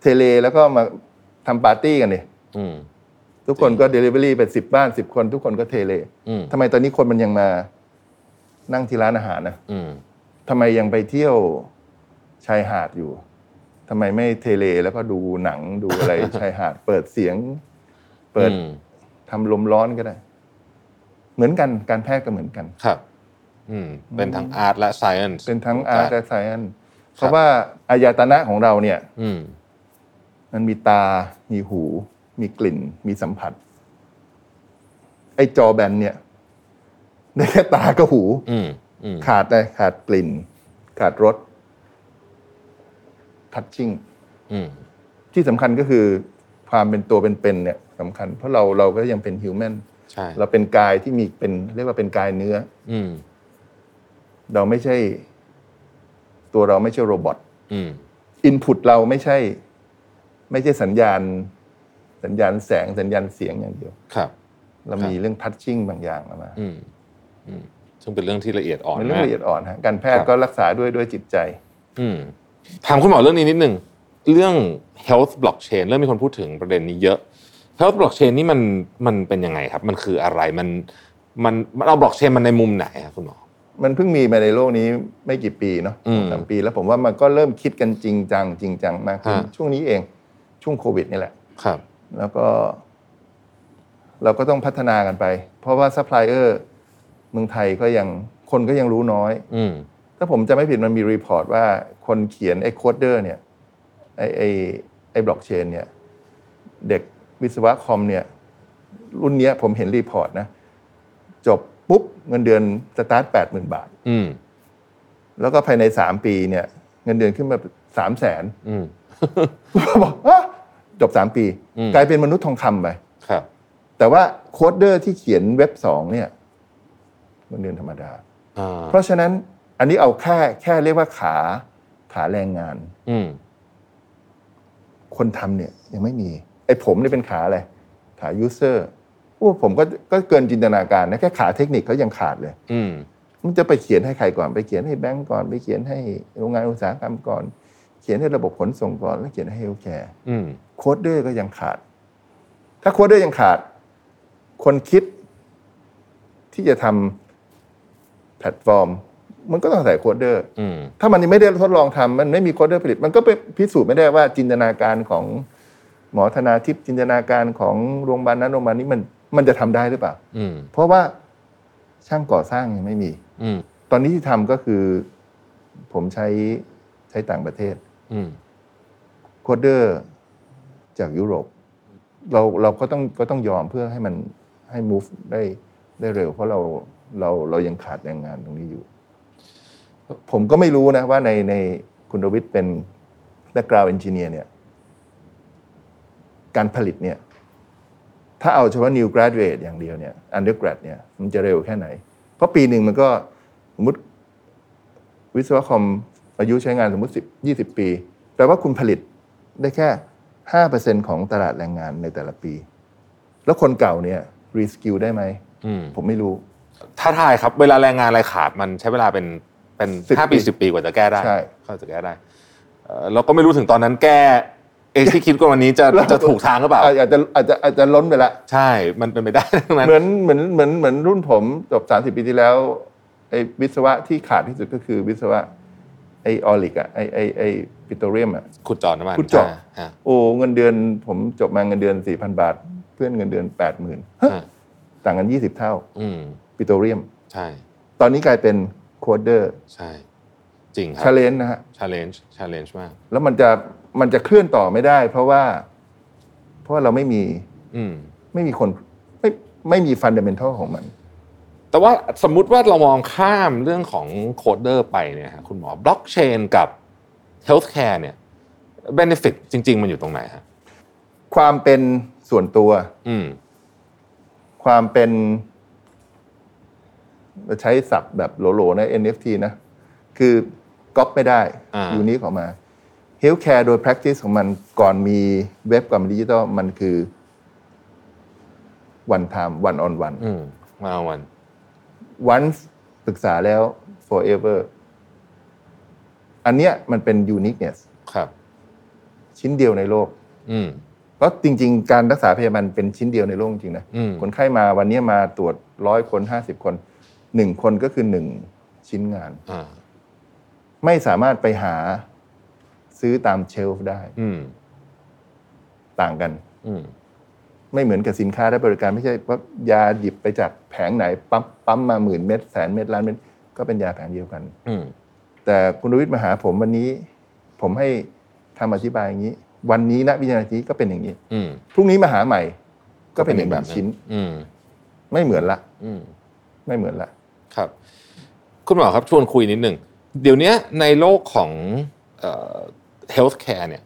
[SPEAKER 3] เทเลแล้วก็มาทำปาร์ตี้กันเนี่ย
[SPEAKER 2] อืม
[SPEAKER 3] ทุกคนก็เดลิเวอรี่ไปสิบบ้านสิบคนทุกคนก็เทเล
[SPEAKER 2] อืม
[SPEAKER 3] ทำไมตอนนี้คนมันยังมานั่งที่ร้านอาหารนะ
[SPEAKER 2] อืม
[SPEAKER 3] ทำไมยังไปเที่ยวชายหาดอยู่ ทำไมไม่เทเลแล้วก็ดูหนังดู
[SPEAKER 2] <laughs>
[SPEAKER 3] อะไร ชายหาด เปิดเสียง เปิด
[SPEAKER 2] อืม
[SPEAKER 3] ทำลมร้อนก็ได้ เหมือนกันการแพทย์ก็เหมือนกัน
[SPEAKER 2] ครับ อืม เป็นทั้งอาร์ตและไซเอนซ์
[SPEAKER 3] เป็นทั้งอาร์ตและไซเอนเพราะว่าอายตนะของเราเนี่ย
[SPEAKER 2] อืม
[SPEAKER 3] มันมีตา มีหู มีกลิ่น มีสัมผัส ไอ้จอแบนเนี่ย ได้แค่ตากับหู
[SPEAKER 2] อืม อืม
[SPEAKER 3] ขาดเลยขาดกลิ่น ขาดรสทัชชิ่ง
[SPEAKER 2] อืม
[SPEAKER 3] ที่สำคัญก็คือความเป็นตัวเป็นๆเนี่ยสำคัญ เพราะเราเราก็ยังเป็นฮิวแมน
[SPEAKER 2] ใช่
[SPEAKER 3] เราเป็นกายที่มีเป็นเรียกว่าเป็นกายเนื้อ
[SPEAKER 2] อืม
[SPEAKER 3] เราไม่ใช่ ตัวเราไม่ใช่โรบอท
[SPEAKER 2] อืม
[SPEAKER 3] อินพุตเราไม่ใช่ ไม่ใช่สัญญาณ สัญญาณแสงสัญญาณเสียงอย่างเดียว
[SPEAKER 2] ครับ
[SPEAKER 3] เรา
[SPEAKER 2] ครับ
[SPEAKER 3] มีเรื่องทัชชิ่งบางอย่างออกมา
[SPEAKER 2] อืม อืม ซึ่งเป็นเรื่องที่ละเอียดอ่อน
[SPEAKER 3] เป็นเรื่อง
[SPEAKER 2] มาก
[SPEAKER 3] ละเอียดอ่อนฮะการแพท
[SPEAKER 2] ครั
[SPEAKER 3] ย์
[SPEAKER 2] บ
[SPEAKER 3] ก็รักษาด้วยด้วยจิตใจ
[SPEAKER 2] อืมถามคุณหมอเรื่องนี้นิดหนึ่งเรื่อง health blockchain เริ่มมีคนพูดถึงประเด็นนี้เยอะ health blockchain นี่มันมันเป็นยังไงครับ มันคืออะไรมันมันมันเอา blockchain มันในมุมไหนครับคุณหมอ
[SPEAKER 3] มันเพิ่งมีมาในโลกนี้ไม่กี่ปีเนาะ
[SPEAKER 2] อืม
[SPEAKER 3] สามปี แล้วผมว่ามันก็เริ่มคิดกันจริงจังจริงจังมากขึ้น
[SPEAKER 2] ฮะ
[SPEAKER 3] ช่วงนี้เองช่วงโควิดนี่แหละ
[SPEAKER 2] ครับ
[SPEAKER 3] แล้วก็ เราก็ต้องพัฒนากันไป เพราะว่าซัพพลายเออร์เมืองไทยก็ยังคนก็ยังรู้น้อย
[SPEAKER 2] อืม
[SPEAKER 3] ถ้าผมจะไม่ผิดมันมีรีพอร์ตว่าคนเขียนไอ้โคดเดอร์เนี่ยไอ้ไอ้ไอ้บล็อกเชนเนี่ย เด็กวิศวะคอมเนี่ย รุ่นเนี้ยผมเห็นรีพอร์ตนะ จบปุ๊บ เงินเดือนสตาร์ทแปดหมื่นบาท
[SPEAKER 2] อืม
[SPEAKER 3] แล้วก็ภายในสามปีเนี่ย เงินเดือนขึ้นมาสามแสน
[SPEAKER 2] อื
[SPEAKER 3] <laughs>
[SPEAKER 2] ม
[SPEAKER 3] บอกฮะจบสามปี
[SPEAKER 2] อืม
[SPEAKER 3] กลายเป็นมนุษย์ทองคำไป
[SPEAKER 2] ครับ
[SPEAKER 3] แต่ว่าโคดเดอร์ที่เขียนเว็บสองเนี่ยเงินเดือนธรรมดา
[SPEAKER 2] อ่า
[SPEAKER 3] เพราะฉะนั้นอันนี้เอาแค่แค่เรียกว่าขาขาแรงงาน
[SPEAKER 2] อืม
[SPEAKER 3] คนทำเนี่ยยังไม่มีไอ้ผมเนี่ยเป็นขาอะไรขายูเซอร์โอ้ผมก็ก็เกินจินตนาการนะแค่ขาเทคนิคเขายังขาดเลย
[SPEAKER 2] อืม
[SPEAKER 3] มันจะไปเขียนให้ใครก่อนไปเขียนให้แบงก์ก่อน ไปเขียนให้โรงงานอุตสาหกรรมก่อน เขียนให้ระบบขนส่งก่อนแล้วเขียนให้เฮลท์แคร์
[SPEAKER 2] อืม
[SPEAKER 3] โคดเดอร์ก็ยังขาด ถ้าโคดเดอร์ยังขาด คนคิดที่จะทำแพลตฟอร์ม มันก็ต้องใส่โคดเดอร์
[SPEAKER 2] อืม
[SPEAKER 3] ถ้ามันยังไม่ได้ทดลองทำมันไม่มีโคดเดอร์ผลิต มันก็ไปพิสูจน์ไม่ได้ว่าจินตนาการของหมอธนาทิพย์จินตนาการของโรงพยาบาลนั้นโรงพยาบาลนี้มันมันจะทำได้หรือเปล่า
[SPEAKER 2] อืม
[SPEAKER 3] เพราะว่าช่างก่อสร้างยังไม่มี
[SPEAKER 2] อืม
[SPEAKER 3] ตอนนี้ที่ทำก็คือ ผมใช้ใช้ต่างประเทศ
[SPEAKER 2] อืม
[SPEAKER 3] โคดเดอร์จากยุโรป เราเราก็ต้องก็ต้องยอมเพื่อให้มันให้ move ได้ได้เร็ว เพราะเราเราเรายังขาดแรงงานตรงนี้อยู่ ผมก็ไม่รู้นะว่าในในคุณรวิทย์เป็น background engineer เนี่ย การผลิตเนี่ย ถ้าเอาเฉพาะ new graduate อย่างเดียวเนี่ย undergrad เนี่ยมันจะเร็วแค่ไหน เพราะปีหนึ่งมันก็สมมติวิศวคอมอายุใช้งานสมมติ10 20 ปี แปลว่าคุณผลิตได้แค่ 5%ของตลาดแรงงานในแต่ละปี แล้วคนเก่าเนี่ยรีสกิลได้ไหม
[SPEAKER 2] อืม
[SPEAKER 3] ผมไม่รู้
[SPEAKER 2] ถ้าทายครับเวลาแรงงานอะไรขาดมันใช้เวลาเป็นเป็น
[SPEAKER 3] สิบ
[SPEAKER 2] ห้าปี
[SPEAKER 3] ปี
[SPEAKER 2] สิบปีกว่าจะแก้ได้
[SPEAKER 3] ใช่
[SPEAKER 2] ก็จะแก้ได้เอ่อเราก็ไม่รู้ถึงตอนนั้นแก้เอที่คิดกันวันนี้จะจะถูกทางหรือเปล่า
[SPEAKER 3] อาอาจจะอาจจะอาจจะล้นไปละ
[SPEAKER 2] ใช่มันเป็นไปได้ทั้งนั้น
[SPEAKER 3] เหมือนเหมือนเหมือนเหมือนรุ่นผมจบสามสิบปีที่แล้วไอ้วิศวะที่ขาดที่สุดก็คือวิศวะไอออลิกอะไอไอไอปิโตรเลียมอะ
[SPEAKER 2] ขุดเจอน้ำมัน
[SPEAKER 3] ขุดเจาะ
[SPEAKER 2] ฮะ
[SPEAKER 3] โอ้เงินเดือนผมจบมาเงินเดือนสี่พันบาท เพื่อนเงินเดือนแปดหมื่น
[SPEAKER 2] ฮะ
[SPEAKER 3] ต่างกันยี่สิบเท่า
[SPEAKER 2] อืม
[SPEAKER 3] ปิโตรเลียม
[SPEAKER 2] ใช่
[SPEAKER 3] ตอนนี้กลายเป็นโคดเดอร์
[SPEAKER 2] ใช่ จริงครั
[SPEAKER 3] ชาเลนนะฮะ
[SPEAKER 2] ชาเลนจ์ชาเลนจ์มาก
[SPEAKER 3] แล้วมันจะมันจะเคลื่อนต่อไม่ได้ เพราะว่า เพราะว่าเราไม่มี
[SPEAKER 2] อืม
[SPEAKER 3] ไม่มีคนไม่ไม่มีฟันเดเมนทัลของมัน
[SPEAKER 2] แต่ว่าสมมุติว่าเรามองข้ามเรื่องของโคดเดอร์ไปเนี่ยฮะคุณหมอบล็อกเชนกับเฮลท์แคร์เนี่ยเบนฟิตจริง ๆ มันอยู่ตรงไหนฮะ
[SPEAKER 3] ความเป็นส่วนตัว
[SPEAKER 2] อืม
[SPEAKER 3] ความเป็นใช้ศัพท์แบบโหลๆนะ NFT นะ คือก๊อปไม่ได้
[SPEAKER 2] อ่า
[SPEAKER 3] ยูนิคออกมา Healthcare โดย practice ของมันก่อนมีเว็บก่อนมีดิจิตอลมันคือ one time one on one
[SPEAKER 2] อืมมาวัน
[SPEAKER 3] once ศึกษาแล้ว forever อันเนี้ยมันเป็น uniqueness
[SPEAKER 2] ครับ
[SPEAKER 3] ชิ้นเดียวในโลก
[SPEAKER 2] อืม
[SPEAKER 3] เพราะจริง ๆ การรักษาพยาบาลเป็นชิ้นเดียวในโลกจริงๆนะ
[SPEAKER 2] อืม
[SPEAKER 3] คนไข้มาวันนี้มาตรวจร้อยคนห้าสิบคนหนึ่งคนก็คือหนึ่งชิ้นงาน
[SPEAKER 2] อ่า
[SPEAKER 3] ไม่สามารถไปหาซื้อตามเชลฟ์ได้
[SPEAKER 2] อืม
[SPEAKER 3] ต่างกัน
[SPEAKER 2] อืม
[SPEAKER 3] ไม่เหมือนกับสินค้าและบริการไม่ใช่ว่ายาหยิบไปจากแผงไหนปั๊มปั๊มมาหมื่นเม็ดแสนเม็ดล้านเม็ดก็เป็นยาแผงเดียวกัน
[SPEAKER 2] อืม
[SPEAKER 3] แต่คุณรวิทย์มาหาผมวันนี้ ผมให้คำอธิบายอย่างนี้ วันนี้ณวินาทีก็เป็นอย่างนี้
[SPEAKER 2] อืม
[SPEAKER 3] พรุ่งนี้มาหาใหม่ ก็เป็นอีกแบบชิ้น
[SPEAKER 2] อืม
[SPEAKER 3] ไม่เหมือนละ
[SPEAKER 2] อืม
[SPEAKER 3] ไม่เหมือนละ
[SPEAKER 2] ครับ คุณหมอครับชวนคุยนิดหนึ่ง เดี๋ยวเนี้ยในโลกของเอ่อ healthcare เนี่ย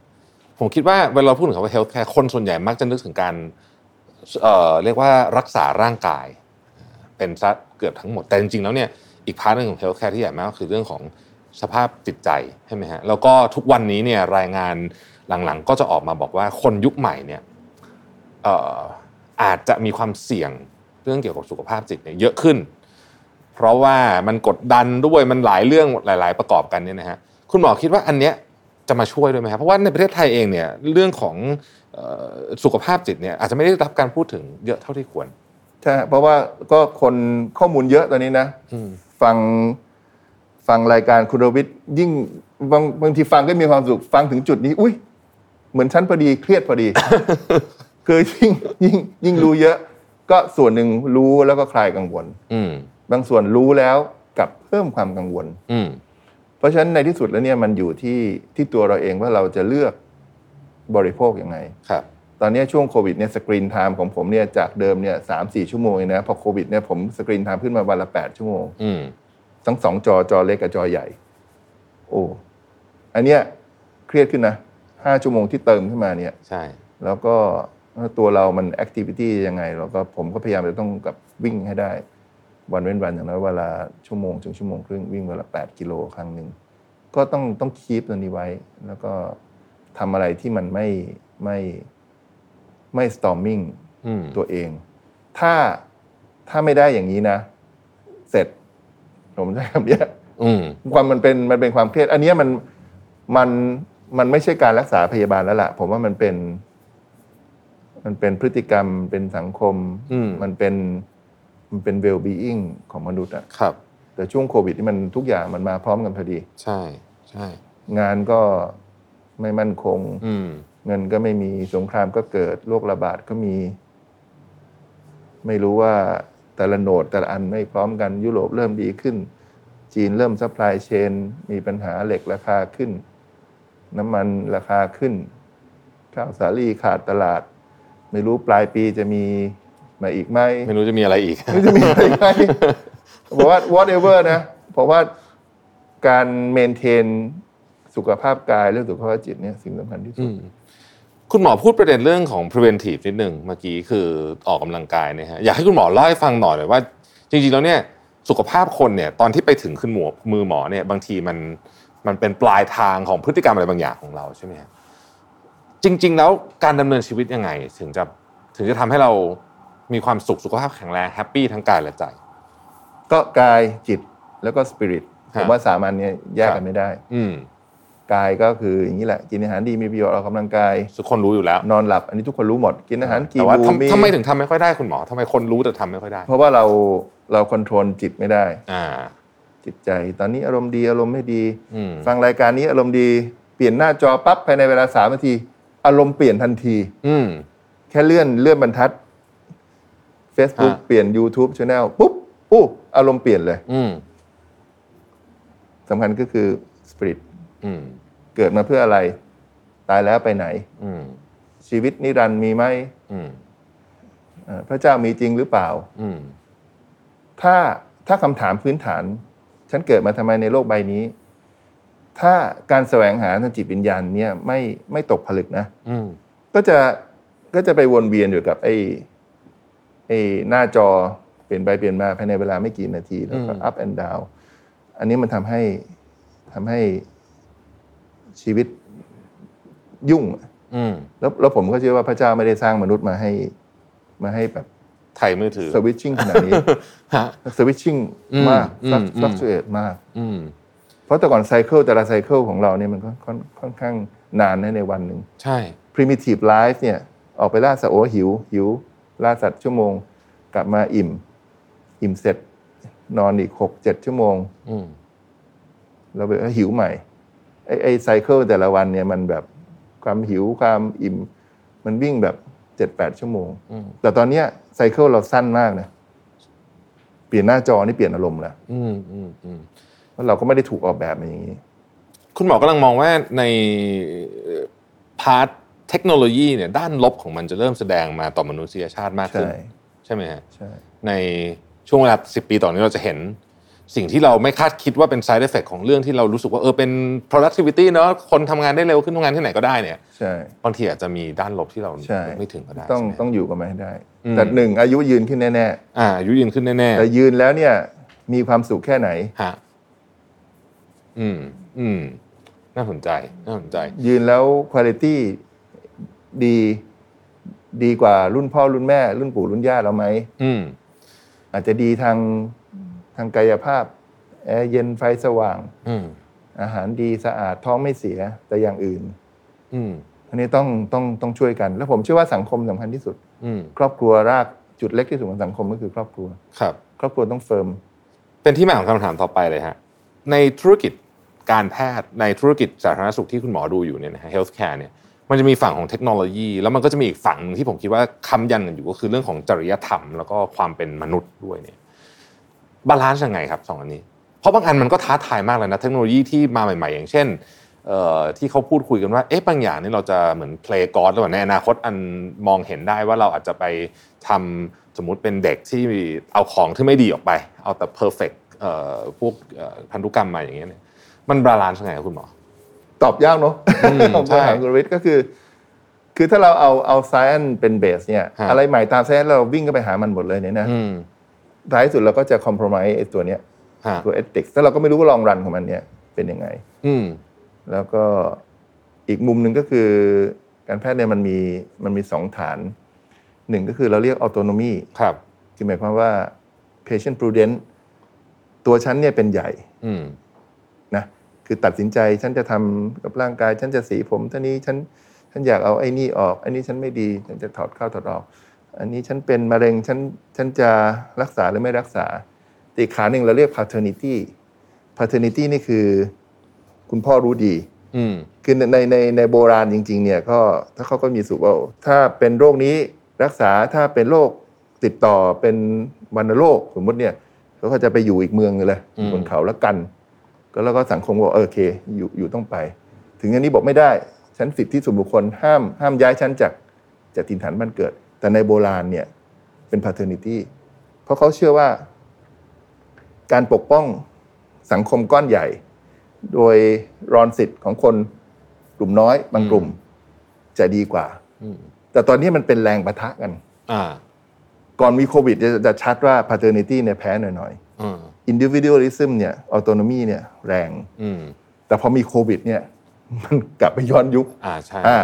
[SPEAKER 2] ผมคิดว่าเวลาเราพูดถึงคำว่า healthcare คนส่วนใหญ่มักจะนึกถึงการเอ่อเรียกว่ารักษาร่างกาย เป็นซะเกือบทั้งหมด แต่จริงๆแล้วเนี่ยอีกพาร์ทหนึงของ healthcare ที่ใหญ่มากก็คือเรื่องของสภาพจิตใจใช่ไหมฮะแล้วก็ทุกวันนี้เนี่ยรายงานหลังๆ ก็จะออกมาบอกว่าคนยุคใหม่เนี่ยเอ่ออาจจะมีความเสี่ยงเรื่องเกี่ยวกับสุขภาพจิตเนี่ยเยอะขึ้น เพราะว่ามันกดดันด้วยมันหลายเรื่องหลาย ๆ ประกอบกันเนี่ยนะฮะคุณหมอคิดว่าอันเนี้ยจะมาช่วยด้วยไหมครับเพราะว่าในประเทศไทยเองเนี่ยเรื่องของเอ่อสุขภาพจิตเนี่ยอาจจะไม่ได้รับการพูดถึงเยอะเท่าที่ควร
[SPEAKER 3] ใช่ฮะเพราะว่าก็คนข้อมูลเยอะตอนนี้นะ
[SPEAKER 2] อืม
[SPEAKER 3] ฟังฟังรายการคุณรวิทย์ยิ่งบางบางทีฟังก็มีความสุขฟังถึงจุดนี้ อุ้ยเหมือนฉันพอดีเครียดพอ
[SPEAKER 2] <laughs>
[SPEAKER 3] ดี คือยิ่งยิ่งยิ่งรู้เยอะ ก็ส่วนหนึ่งรู้แล้วก็คลายกังวล
[SPEAKER 2] อืม
[SPEAKER 3] บางส่วนรู้แล้วกลับเพิ่มความกังวล
[SPEAKER 2] อืม
[SPEAKER 3] เพราะฉะนั้นในที่สุดแล้วเนี่ยมันอยู่ที่ที่ตัวเราเองว่าเราจะเลือกบริโภคยังไง
[SPEAKER 2] ครับ
[SPEAKER 3] ตอนเนี้ยช่วงโควิดเนี่ยสกรีนไทม์ของผมเนี่ยจากเดิมเนี่ยสามสี่ชั่วโมงเองนะพอโควิดเนี่ยผมสกรีนไทม์ขึ้นมาวันละแปดชั่วโมง
[SPEAKER 2] อืม
[SPEAKER 3] ทั้งสองจอจอเล็กกับจอใหญ่ โอ้อันเนี้ยเครียดขึ้นนะห้าชั่วโมงที่เติมขึ้นมาเนี่ย
[SPEAKER 2] ใช่
[SPEAKER 3] แล้วก็ตัวเรามันแอคทิวิตี้ยังไงเราก็ผมก็พยายามจะต้องกับวิ่งให้ได้ วันเว้นวันอย่างน้อยเวลาชั่วโมงถึงชั่วโมงครึ่งวิ่งเวนลาแปดกิโลครั้งหนึ่งก็ต้องต้องคีปตัวนี้ไว้ แล้วก็ทำอะไรที่มันไม่ไม่ไม่สตอมมิ่ง
[SPEAKER 2] อืม
[SPEAKER 3] ตัวเอง ถ้าถ้าไม่ได้อย่างนี้นะ เสร็จ ผมใช้คำเนี้ย
[SPEAKER 2] อืม
[SPEAKER 3] ความมันเป็นมันเป็นความเครียด อันเนี้ยมันมันมันไม่ใช่การรักษาพยาบาลแล้วล่ะ ผมว่ามันเป็น มันเป็นพฤติกรรมเป็นสังคม
[SPEAKER 2] อืม
[SPEAKER 3] นเป็นมันเป็น well being ของมนุษย์อะ
[SPEAKER 2] ครับ
[SPEAKER 3] แต่ช่วงโควิดที่มันทุกอย่างมันมาพร้อมกันพอดี
[SPEAKER 2] ใช่ใช่
[SPEAKER 3] งานก็ไม่มั่นคง
[SPEAKER 2] อืม
[SPEAKER 3] เงินก็ไม่มีสงครามก็เกิดโรคระบาดก็มี ไม่รู้ว่าแต่ละโหนดแต่ละอันไม่พร้อมกันยุโรปเริ่มดีขึ้น จีนเริ่มซัพพลายเชนมีปัญหาเหล็กราคาขึ้น น้ำมันราคาขึ้น ข้าวสาลีขาดตลาด ไม่รู้ปลายปีจะมีมาอีกไหม
[SPEAKER 2] ไม่รู้จะมีอะไรอีก
[SPEAKER 3] ไม่รู้จะมีอะไรไหมบอกว่า whatever นะเพราะว่าการ maintain สุขภาพกายและสุขภาพจิตเนี่ยสิ่งสำคัญที่สุ
[SPEAKER 2] อื
[SPEAKER 3] ด
[SPEAKER 2] ม คุณหมอพูดประเด็นเรื่องของ preventive นิดนึงเมื่อกี้คือออกกำลังกายนะฮะอยากให้คุณหมอเล่าให้ฟังหน่อยเลยว่า จริงๆแล้วเนี่ยสุขภาพคนเนี่ยตอนที่ไปถึงขึ้นหมอมือหมอเนี่ยบางทีมันมันเป็นปลายทางของพฤติกรรมอะไรบางอย่างของเราใช่ไหมฮะจริง ๆ แล้วการดำเนินชีวิตยังไง ถึงจะถึงจะทำให้เรามีความสุขสุขภาพแข็งแรงแฮปปี้ทั้งกายและใจ
[SPEAKER 3] ก็กายจิตแล้วก็สปิริต
[SPEAKER 2] ค
[SPEAKER 3] ผ
[SPEAKER 2] รับ
[SPEAKER 3] มว่าสามอันเนี้ยแยกกันไม่ได้
[SPEAKER 2] อืม
[SPEAKER 3] กายก็คืออย่างนี้แหละกินอาหารดีมีประโยชน์ออกกำลังกาย
[SPEAKER 2] ทุกคนรู้อยู่แล้ว
[SPEAKER 3] นอนหลับ อันนี้ทุกคนรู้หมดกินอาหารกี่
[SPEAKER 2] แต่ว่า
[SPEAKER 3] บู
[SPEAKER 2] ทำ
[SPEAKER 3] มี
[SPEAKER 2] ทำไมถึงทำไม่ค่อยได้คุณหมอทำไมคนรู้แต่ทำไม่ค่อยได้
[SPEAKER 3] เพราะว่าเราเราควบคุมจิตไม่ได้
[SPEAKER 2] อ่า
[SPEAKER 3] จิตใจ ตอนนี้อารมณ์ดีอารมณ์ไม่ดี
[SPEAKER 2] อืม
[SPEAKER 3] ฟังรายการนี้อารมณ์ดีเปลี่ยนหน้าจอปั๊บภายในเวลาสามนาที อารมณ์เปลี่ยนทันที
[SPEAKER 2] อืม
[SPEAKER 3] แค่เลื่อนเลื่อนบรรทัด Facebook
[SPEAKER 2] ฮะ
[SPEAKER 3] เปลี่ยน YouTube Channel ปุ๊บปุ๊บอารมณ์เปลี่ยนเลย
[SPEAKER 2] อืม
[SPEAKER 3] สำคัญก็คือสปิริต
[SPEAKER 2] อืม
[SPEAKER 3] เกิดมาเพื่ออะไร ตายแล้วไปไหน
[SPEAKER 2] อืม
[SPEAKER 3] ชีวิตนิรันดร์มีไหม
[SPEAKER 2] อืม
[SPEAKER 3] เอ่อพระเจ้ามีจริงหรือเปล่า
[SPEAKER 2] อืม
[SPEAKER 3] ถ้าถ้าคำถามพื้นฐาน ฉันเกิดมาทำไมในโลกใบนี้ ถ้าการแสวงหาทางจิตวิญญาณเนี่ยไม่ไม่ตกผลึกนะ
[SPEAKER 2] อืม
[SPEAKER 3] ก็จะก็จะไปวนเวียนอยู่กับไอ้ไอ้หน้าจอเปลี่ยนไปเปลี่ยนมาภายในเวลาไม่กี่นาที แล้วก็
[SPEAKER 2] อืม
[SPEAKER 3] up and down อันนี้มันทำให้ทำให้ชีวิตยุ่ง
[SPEAKER 2] อืม
[SPEAKER 3] แล้วแล้วผมก็เชื่อว่าพระเจ้าไม่ได้สร้างมนุษย์มาให้มาให้แบบ
[SPEAKER 2] ไถมือถือ
[SPEAKER 3] สวิตชิ่งขนาดนี้
[SPEAKER 2] <laughs>
[SPEAKER 3] <laughs>
[SPEAKER 2] ฮะ
[SPEAKER 3] สวิตชิ่ง
[SPEAKER 2] อืม
[SPEAKER 3] มาก
[SPEAKER 2] อืมอืม
[SPEAKER 3] ฟลักชูเอตมาก
[SPEAKER 2] อืม
[SPEAKER 3] เพราะแต่ก่อนไซเคิลแต่ละไซเคิลของเราเนี่ยมันก็ค่อนค่อนข้างนานนะในวันหนึ่ง
[SPEAKER 2] ใช่
[SPEAKER 3] primitive life เนี่ยออกไปล่าสัตว์โอ้หิว หิว ล่าสัตว์ชั่วโมง กลับมาอิ่ม อิ่มเสร็จ นอนอีกหกเจ็ดชั่วโมง
[SPEAKER 2] อืม
[SPEAKER 3] เราไปเอ้ยหิวใหม่ ไอ้ไอ้ไซเคิลแต่ละวันเนี่ยมันแบบความหิวความอิ่ม มันวิ่งแบบเจ็ดแปดชั่วโมง
[SPEAKER 2] อืม
[SPEAKER 3] แต่ตอนเนี้ยไซเคิลเราสั้นมากนะเปลี่ยนหน้าจอนี่เปลี่ยนอารมณ์แล้ว
[SPEAKER 2] อืมอืมอืม
[SPEAKER 3] เพราะเราก็ไม่ได้ถูกออกแบบมาอย่างนี้
[SPEAKER 2] คุณหมอกำลังมองว่าในพาร์ทเทคโนโลยีเนี่ยด้านลบของมันจะเริ่มแสดงมาต่อมนุษยชาติมากขึ้น
[SPEAKER 3] ใช่
[SPEAKER 2] ใช่ไหมฮะ
[SPEAKER 3] ใช่
[SPEAKER 2] ในช่วงเวลาสิปีต่อนี้เราจะเห็น สิ่งที่เราไม่คาดคิดว่าเป็น side effect ของเรื่องที่เรารู้สึกว่าเออเป็น productivity เนอะคนทำงานได้เร็วขึ้นทำงานที่ไหนก็ได้เนี่ย
[SPEAKER 3] ใช่
[SPEAKER 2] บางทีอาจจะมีด้านลบที่เรา
[SPEAKER 3] ใช่
[SPEAKER 2] นึกไม่ถึงก็ได้
[SPEAKER 3] ต้อง
[SPEAKER 2] ใช่ไหม
[SPEAKER 3] ต้องอยู่กับมันให้ได้
[SPEAKER 2] อืม
[SPEAKER 3] แต่หนึ่งอายุยืนขึ้นแน่
[SPEAKER 2] อ่าอายุยืนขึ้นแน่
[SPEAKER 3] ๆแต่ยืนแล้วเนี่ยมีความสุขแค่ไหน
[SPEAKER 2] ๆฮะอืม อืม น่าสนใจ น่าสนใจ
[SPEAKER 3] ยืนแล้วคุณ i t y ดีดีกว่ารุ่นพ่อรุ่นแม่ รุ่นปู่รุ่นย่าเราไหม
[SPEAKER 2] อืม
[SPEAKER 3] อาจจะดีทางทางกายภาพแอร์เย็นไฟสว่าง
[SPEAKER 2] อืม
[SPEAKER 3] อาหารดีสะอาดท้องไม่เสียแต่อย่างอื่น
[SPEAKER 2] อืม
[SPEAKER 3] อันนี้ต้องต้องต้องช่วยกัน แล้วผมเชื่อว่าสังคมสำคัญที่สุด
[SPEAKER 2] อืม
[SPEAKER 3] ครอบครัวรากจุดเล็กที่สุดของสังคมก็คือครอบครัว
[SPEAKER 2] ครับ
[SPEAKER 3] ครอบครัวต้องเฟิร์ม
[SPEAKER 2] เป็นที่มาของคำถามต่อไปเลยฮะ ในธุรกิจการแพทย์ในธุรกิจสาธารณสุขที่คุณหมอดูอยู่เนี่ยนะฮะ healthcare เนี่ย มันจะมีฝั่งของเทคโนโลยี แล้วมันก็จะมีอีกฝั่งหนึ่งที่ผมคิดว่าค้ำยันกันอยู่ก็คือเรื่องของจริยธรรม แล้วก็ความเป็นมนุษย์ด้วยเนี่ย บาลานซ์ยังไงครับสองอันนี้ เพราะบางอันมันก็ท้าทายมากเลยนะ เทคโนโลยีที่มาใหม่ ๆ อย่างเช่นเอ่อที่เขาพูดคุยกันว่า เอ๊ะบางอย่างนี่เราจะเหมือน play god หรือเปล่าในอนาคตอันมองเห็นได้ว่าเราอาจจะไปทำสมมุติเป็นเด็กที่เอาของที่ไม่ดีออกไป เอาแต่ perfect เอ่อพวกเอ่อพันธุกรรมมาอย่างเงี้ยเนี่ยมันบาลานซ์ยังไงครับคุณหมอ
[SPEAKER 3] ตอบยากเนาะ <laughs>
[SPEAKER 2] อืม
[SPEAKER 3] ของ
[SPEAKER 2] ใช่
[SPEAKER 3] คำถามคุณวิทย์ก็คือ คือถ้าเราเอาเอา science เป็นเบสเนี่ย
[SPEAKER 2] ฮะ
[SPEAKER 3] อะไรใหม่ตาม science เราวิ่งก็ไปหามันหมดเลยเนี่ยนะ
[SPEAKER 2] อืม
[SPEAKER 3] ท้ายสุดเราก็จะ compromise ไอ้ตัวเนี้ย
[SPEAKER 2] ฮะ
[SPEAKER 3] ตัว ethics ถ้าเราก็ไม่รู้ว่าลองรันของมันเนี่ยเป็นยังไง
[SPEAKER 2] อืม
[SPEAKER 3] แล้วก็อีกมุมหนึ่งก็คือการแพทย์เนี่ยมันมีมันมีสองฐานหนึ่งก็คือเราเรียก autonomy
[SPEAKER 2] ครับ
[SPEAKER 3] คือหมายความว่า patient prudence ตัวฉันเนี่ยเป็นใหญ่
[SPEAKER 2] อืม
[SPEAKER 3] นะคือตัดสินใจฉันจะทำกับร่างกาย ฉันจะสีผมท่านี้ฉันฉันอยากเอาไอ้นี่ออก อันนี้ฉันไม่ดี ฉันจะถอดเข้าถอดออก อันนี้ฉันเป็นมะเร็งฉันฉันจะรักษาหรือไม่รักษาแต่อีกขาหนึ่งเราเรียก paternity paternity นี่คือ คุณพ่อรู้ดี
[SPEAKER 2] อืม
[SPEAKER 3] คือในในในในโบราณจริง ๆ เนี่ยก็ถ้าเขาก็มีสูตรว่าถ้าเป็นโรคนี้รักษาถ้าเป็นโรคติดต่อเป็นวัณโรคสมมติเนี่ยเขาก็จะไปอยู่อีกเมืองหนึ่งเลยอยู่บนเขาแล้วกัน ก็แล้วก็สังคมบอกเออโอเคอยู่อยู่ต้องไป ถึงอันนี้บอกไม่ได้ฉันสิทธิส่วนบุคคลห้ามห้ามย้ายฉันจากจากถิ่นฐานบ้านเกิด แต่ในโบราณเนี่ยเป็น paternity เพราะเขาเชื่อว่า การปกป้องสังคมก้อนใหญ่ โดยรอนสิทธิ์ของคนกลุ่มน้อยบางกลุ่ม จะดีกว่า
[SPEAKER 2] อืม
[SPEAKER 3] แต่ตอนนี้มันเป็นแรงปะทะกัน
[SPEAKER 2] อ่า
[SPEAKER 3] ก่อนมีโควิดจะจะชัดว่า paternity เนี่ยแพ้หน่อย
[SPEAKER 2] อืม
[SPEAKER 3] ๆ individualism เนี่ย autonomy เนี่ยแรง
[SPEAKER 2] อืม
[SPEAKER 3] แต่พอมีโควิดเนี่ย มันกลับไปย้อนยุค
[SPEAKER 2] อ่าใช่
[SPEAKER 3] อ่ะ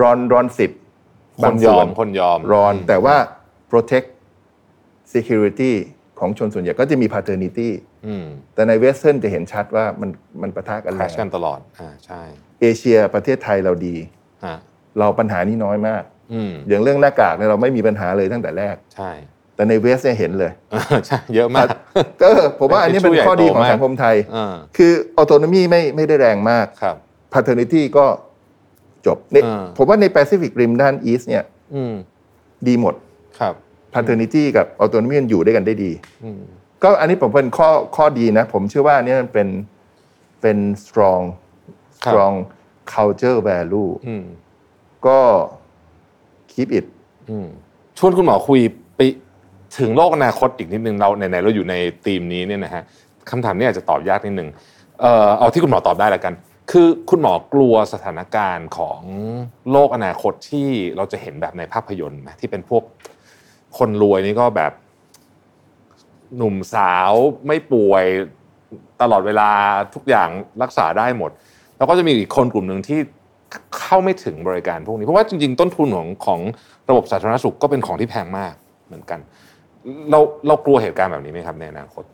[SPEAKER 3] รอนรอนสิทธิ์
[SPEAKER 2] ค
[SPEAKER 3] บาง
[SPEAKER 2] นยอ
[SPEAKER 3] ส่ว
[SPEAKER 2] มคนยอม
[SPEAKER 3] รอนแต่ว่า protect security ของชนส่วนใหญ่ก็จะมี paternity
[SPEAKER 2] อืม
[SPEAKER 3] แต่ในเวสเทิร์นจะเห็นชัดว่ามันมันปะทะกัน
[SPEAKER 2] ค
[SPEAKER 3] แร
[SPEAKER 2] ลาชกั
[SPEAKER 3] ง
[SPEAKER 2] นตลอดอ่าใช่
[SPEAKER 3] เอเชียประเทศไทยเราดี
[SPEAKER 2] ฮะ
[SPEAKER 3] เราปัญหานี้น้อยมาก
[SPEAKER 2] อืม
[SPEAKER 3] อย่างเรื่องหน้ากากเนี่ยเราไม่มีปัญหาเลยตั้งแต่แรก
[SPEAKER 2] ใช่ <laughs>
[SPEAKER 3] แต่ในเวสเนี่ยเห็นเลย
[SPEAKER 2] อ่าใช่เยอะมาก
[SPEAKER 3] ก็ผมว่าอันนี้เป็นข้อดีของ
[SPEAKER 2] ใหญ่โตมาก
[SPEAKER 3] สังคมไทย
[SPEAKER 2] อ่า
[SPEAKER 3] คือออโตนมีไม่ไม่ได้แรงมาก
[SPEAKER 2] ครับ
[SPEAKER 3] paternity ก็จบเนี่ย
[SPEAKER 2] อ่า
[SPEAKER 3] ผมว่าในแปซิฟิกริมด้านอีสเนี่ย
[SPEAKER 2] อืม
[SPEAKER 3] ดีหมด
[SPEAKER 2] ครับ
[SPEAKER 3] paternity กับออโตนมีมันอยู่ด้วยกันได้ดี
[SPEAKER 2] อืม
[SPEAKER 3] ก็อันนี้ผมเป็นข้อข้อดีนะ ผมเชื่อว่าอันนี่มันเป็นเป็น strong
[SPEAKER 2] ครับ
[SPEAKER 3] strong culture value
[SPEAKER 2] อืม
[SPEAKER 3] ก็ keep it
[SPEAKER 2] อืมชวนคุณหมอคุยไปถึงโลกอนาคตอีกนิดนึงเราไหนๆเราอยู่ในธีมนี้เนี่ยนะฮะคำถามนี้อาจจะตอบยากนิดนึงเอ่อเอาที่คุณหมอตอบได้ละกัน คือคุณหมอกลัวสถานการณ์ของโลกอนาคตที่เราจะเห็นแบบในภาพยนตร์ไหมที่เป็นพวกคนรวยนี่ก็แบบหนุ่มสาวไม่ป่วยตลอดเวลาทุกอย่างรักษาได้หมด แล้วก็จะมีอีกคนกลุ่มหนึ่งที่เข้าไม่ถึงบริการพวกนี้ เพราะว่าจริง ๆ ต้นทุนของของระบบสาธารณสุขก็เป็นของที่แพงมากเหมือนกัน เราเรากลัวเหตุการณ์แบบนี้ไหมครับในอนาคต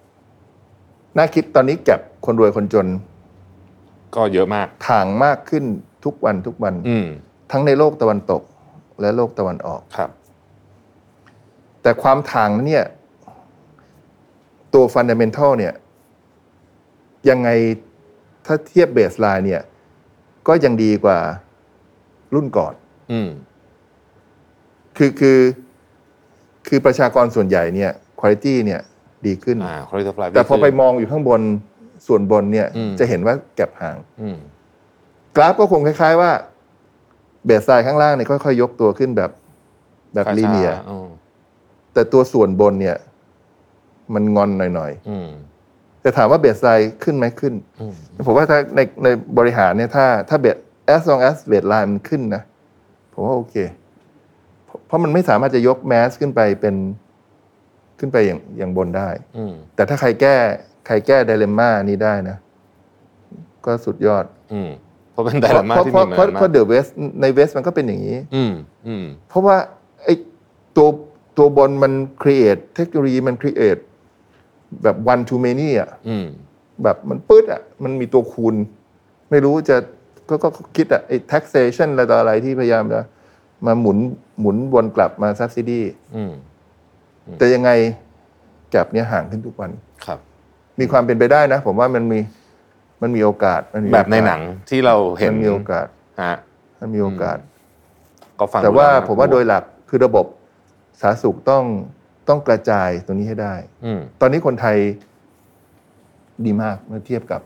[SPEAKER 3] น่าคิดตอนนี้แก็บคนรวยคนจน
[SPEAKER 2] ก็เยอะมาก
[SPEAKER 3] ถ่างมากขึ้นทุกวันทุกวัน
[SPEAKER 2] อืม
[SPEAKER 3] ทั้งในโลกตะวันตกและโลกตะวันออก
[SPEAKER 2] ครับ
[SPEAKER 3] แต่ความถ่างนั้นเนี่ย ตัวฟันเดเมนทัลเนี่ย ยังไงถ้าเทียบเบสไลน์เนี่ย ก็ยังดีกว่ารุ่นก่อน
[SPEAKER 2] อืม
[SPEAKER 3] คือคือคือประชากรส่วนใหญ่เนี่ยคุณภาพเนี่ยดีขึ้น
[SPEAKER 2] อ่าคอร์ริเตอร์ฟลาย
[SPEAKER 3] แต่พอไปมองอยู่ข้างบนส่วนบนเนี่ย
[SPEAKER 2] อืม
[SPEAKER 3] จะเห็นว่าแก็บห่าง
[SPEAKER 2] อืม
[SPEAKER 3] กราฟก็คงคล้ายๆว่า เบสไลน์ข้างล่างเนี่ยค่อยๆยกตัวขึ้นแบบแบบ
[SPEAKER 2] ช้าๆ
[SPEAKER 3] ลีเนีย
[SPEAKER 2] อืม
[SPEAKER 3] แต่ตัวส่วนบนเนี่ย มันงอนหน่อย
[SPEAKER 2] อืม
[SPEAKER 3] ๆแต่ถามว่าเบสไลน์ขึ้นไหมขึ้น
[SPEAKER 2] อืม
[SPEAKER 3] ผมว่าถ้าในในบริหารเนี่ยถ้าถ้าเบส as long as เบสไลน์มันขึ้นนะ ผมว่าโอเค เพราะเพราะมันไม่สามารถจะยกแมสขึ้นไปเป็นขึ้นไปอย่างอย่างบนได้
[SPEAKER 2] อืม
[SPEAKER 3] แต่ถ้าใครแก้ใครแก้ไดเลมม่านี้ได้นะ ก็สุดยอด
[SPEAKER 2] อืมเพราะเป็นไดราม่าที่
[SPEAKER 3] เพ
[SPEAKER 2] มี
[SPEAKER 3] ราะ
[SPEAKER 2] มา
[SPEAKER 3] เพราะ
[SPEAKER 2] นมา
[SPEAKER 3] เพราะ
[SPEAKER 2] ก
[SPEAKER 3] เดอะเวสในเวสมันก็เป็นอย่างนี้
[SPEAKER 2] อืมอืม
[SPEAKER 3] เพราะว่าไอ้ตัวตัวบนมันครีเอทเทคโนโลยีมันครีเอทแบบ one too many อ่ะ
[SPEAKER 2] อืม
[SPEAKER 3] แบบมันปื๊ดอ่ะ มันมีตัวคูณ ไม่รู้จะก็ก็ก็คิดอ่ะไอ้ taxation อะไรต่ออะไรที่พยายามจะมาหมุนหมุนวนกลับมา subsidy
[SPEAKER 2] อืม
[SPEAKER 3] แต่ยังไงแกับเนี่ยห่างขึ้นทุกวัน
[SPEAKER 2] ครับ
[SPEAKER 3] มีความเป็นไปได้นะ ผมว่ามันมีมันมีโอกาสมัมี
[SPEAKER 2] แบบใน
[SPEAKER 3] โอกาส
[SPEAKER 2] หนังที่เราเห็น
[SPEAKER 3] มันมีโอกาส
[SPEAKER 2] ฮะ
[SPEAKER 3] มันมีโอกาส
[SPEAKER 2] ก็ฟัง
[SPEAKER 3] แต่ว่า
[SPEAKER 2] ดูล้น่ก
[SPEAKER 3] ผมว่า
[SPEAKER 2] ลั
[SPEAKER 3] โดยหลักคือระบบสาธารณสุขต้องต้องกระจายตรงนี้ให้ได้
[SPEAKER 2] อืม
[SPEAKER 3] ตอนนี้คนไทยดีมากเมื่อเทียบกับ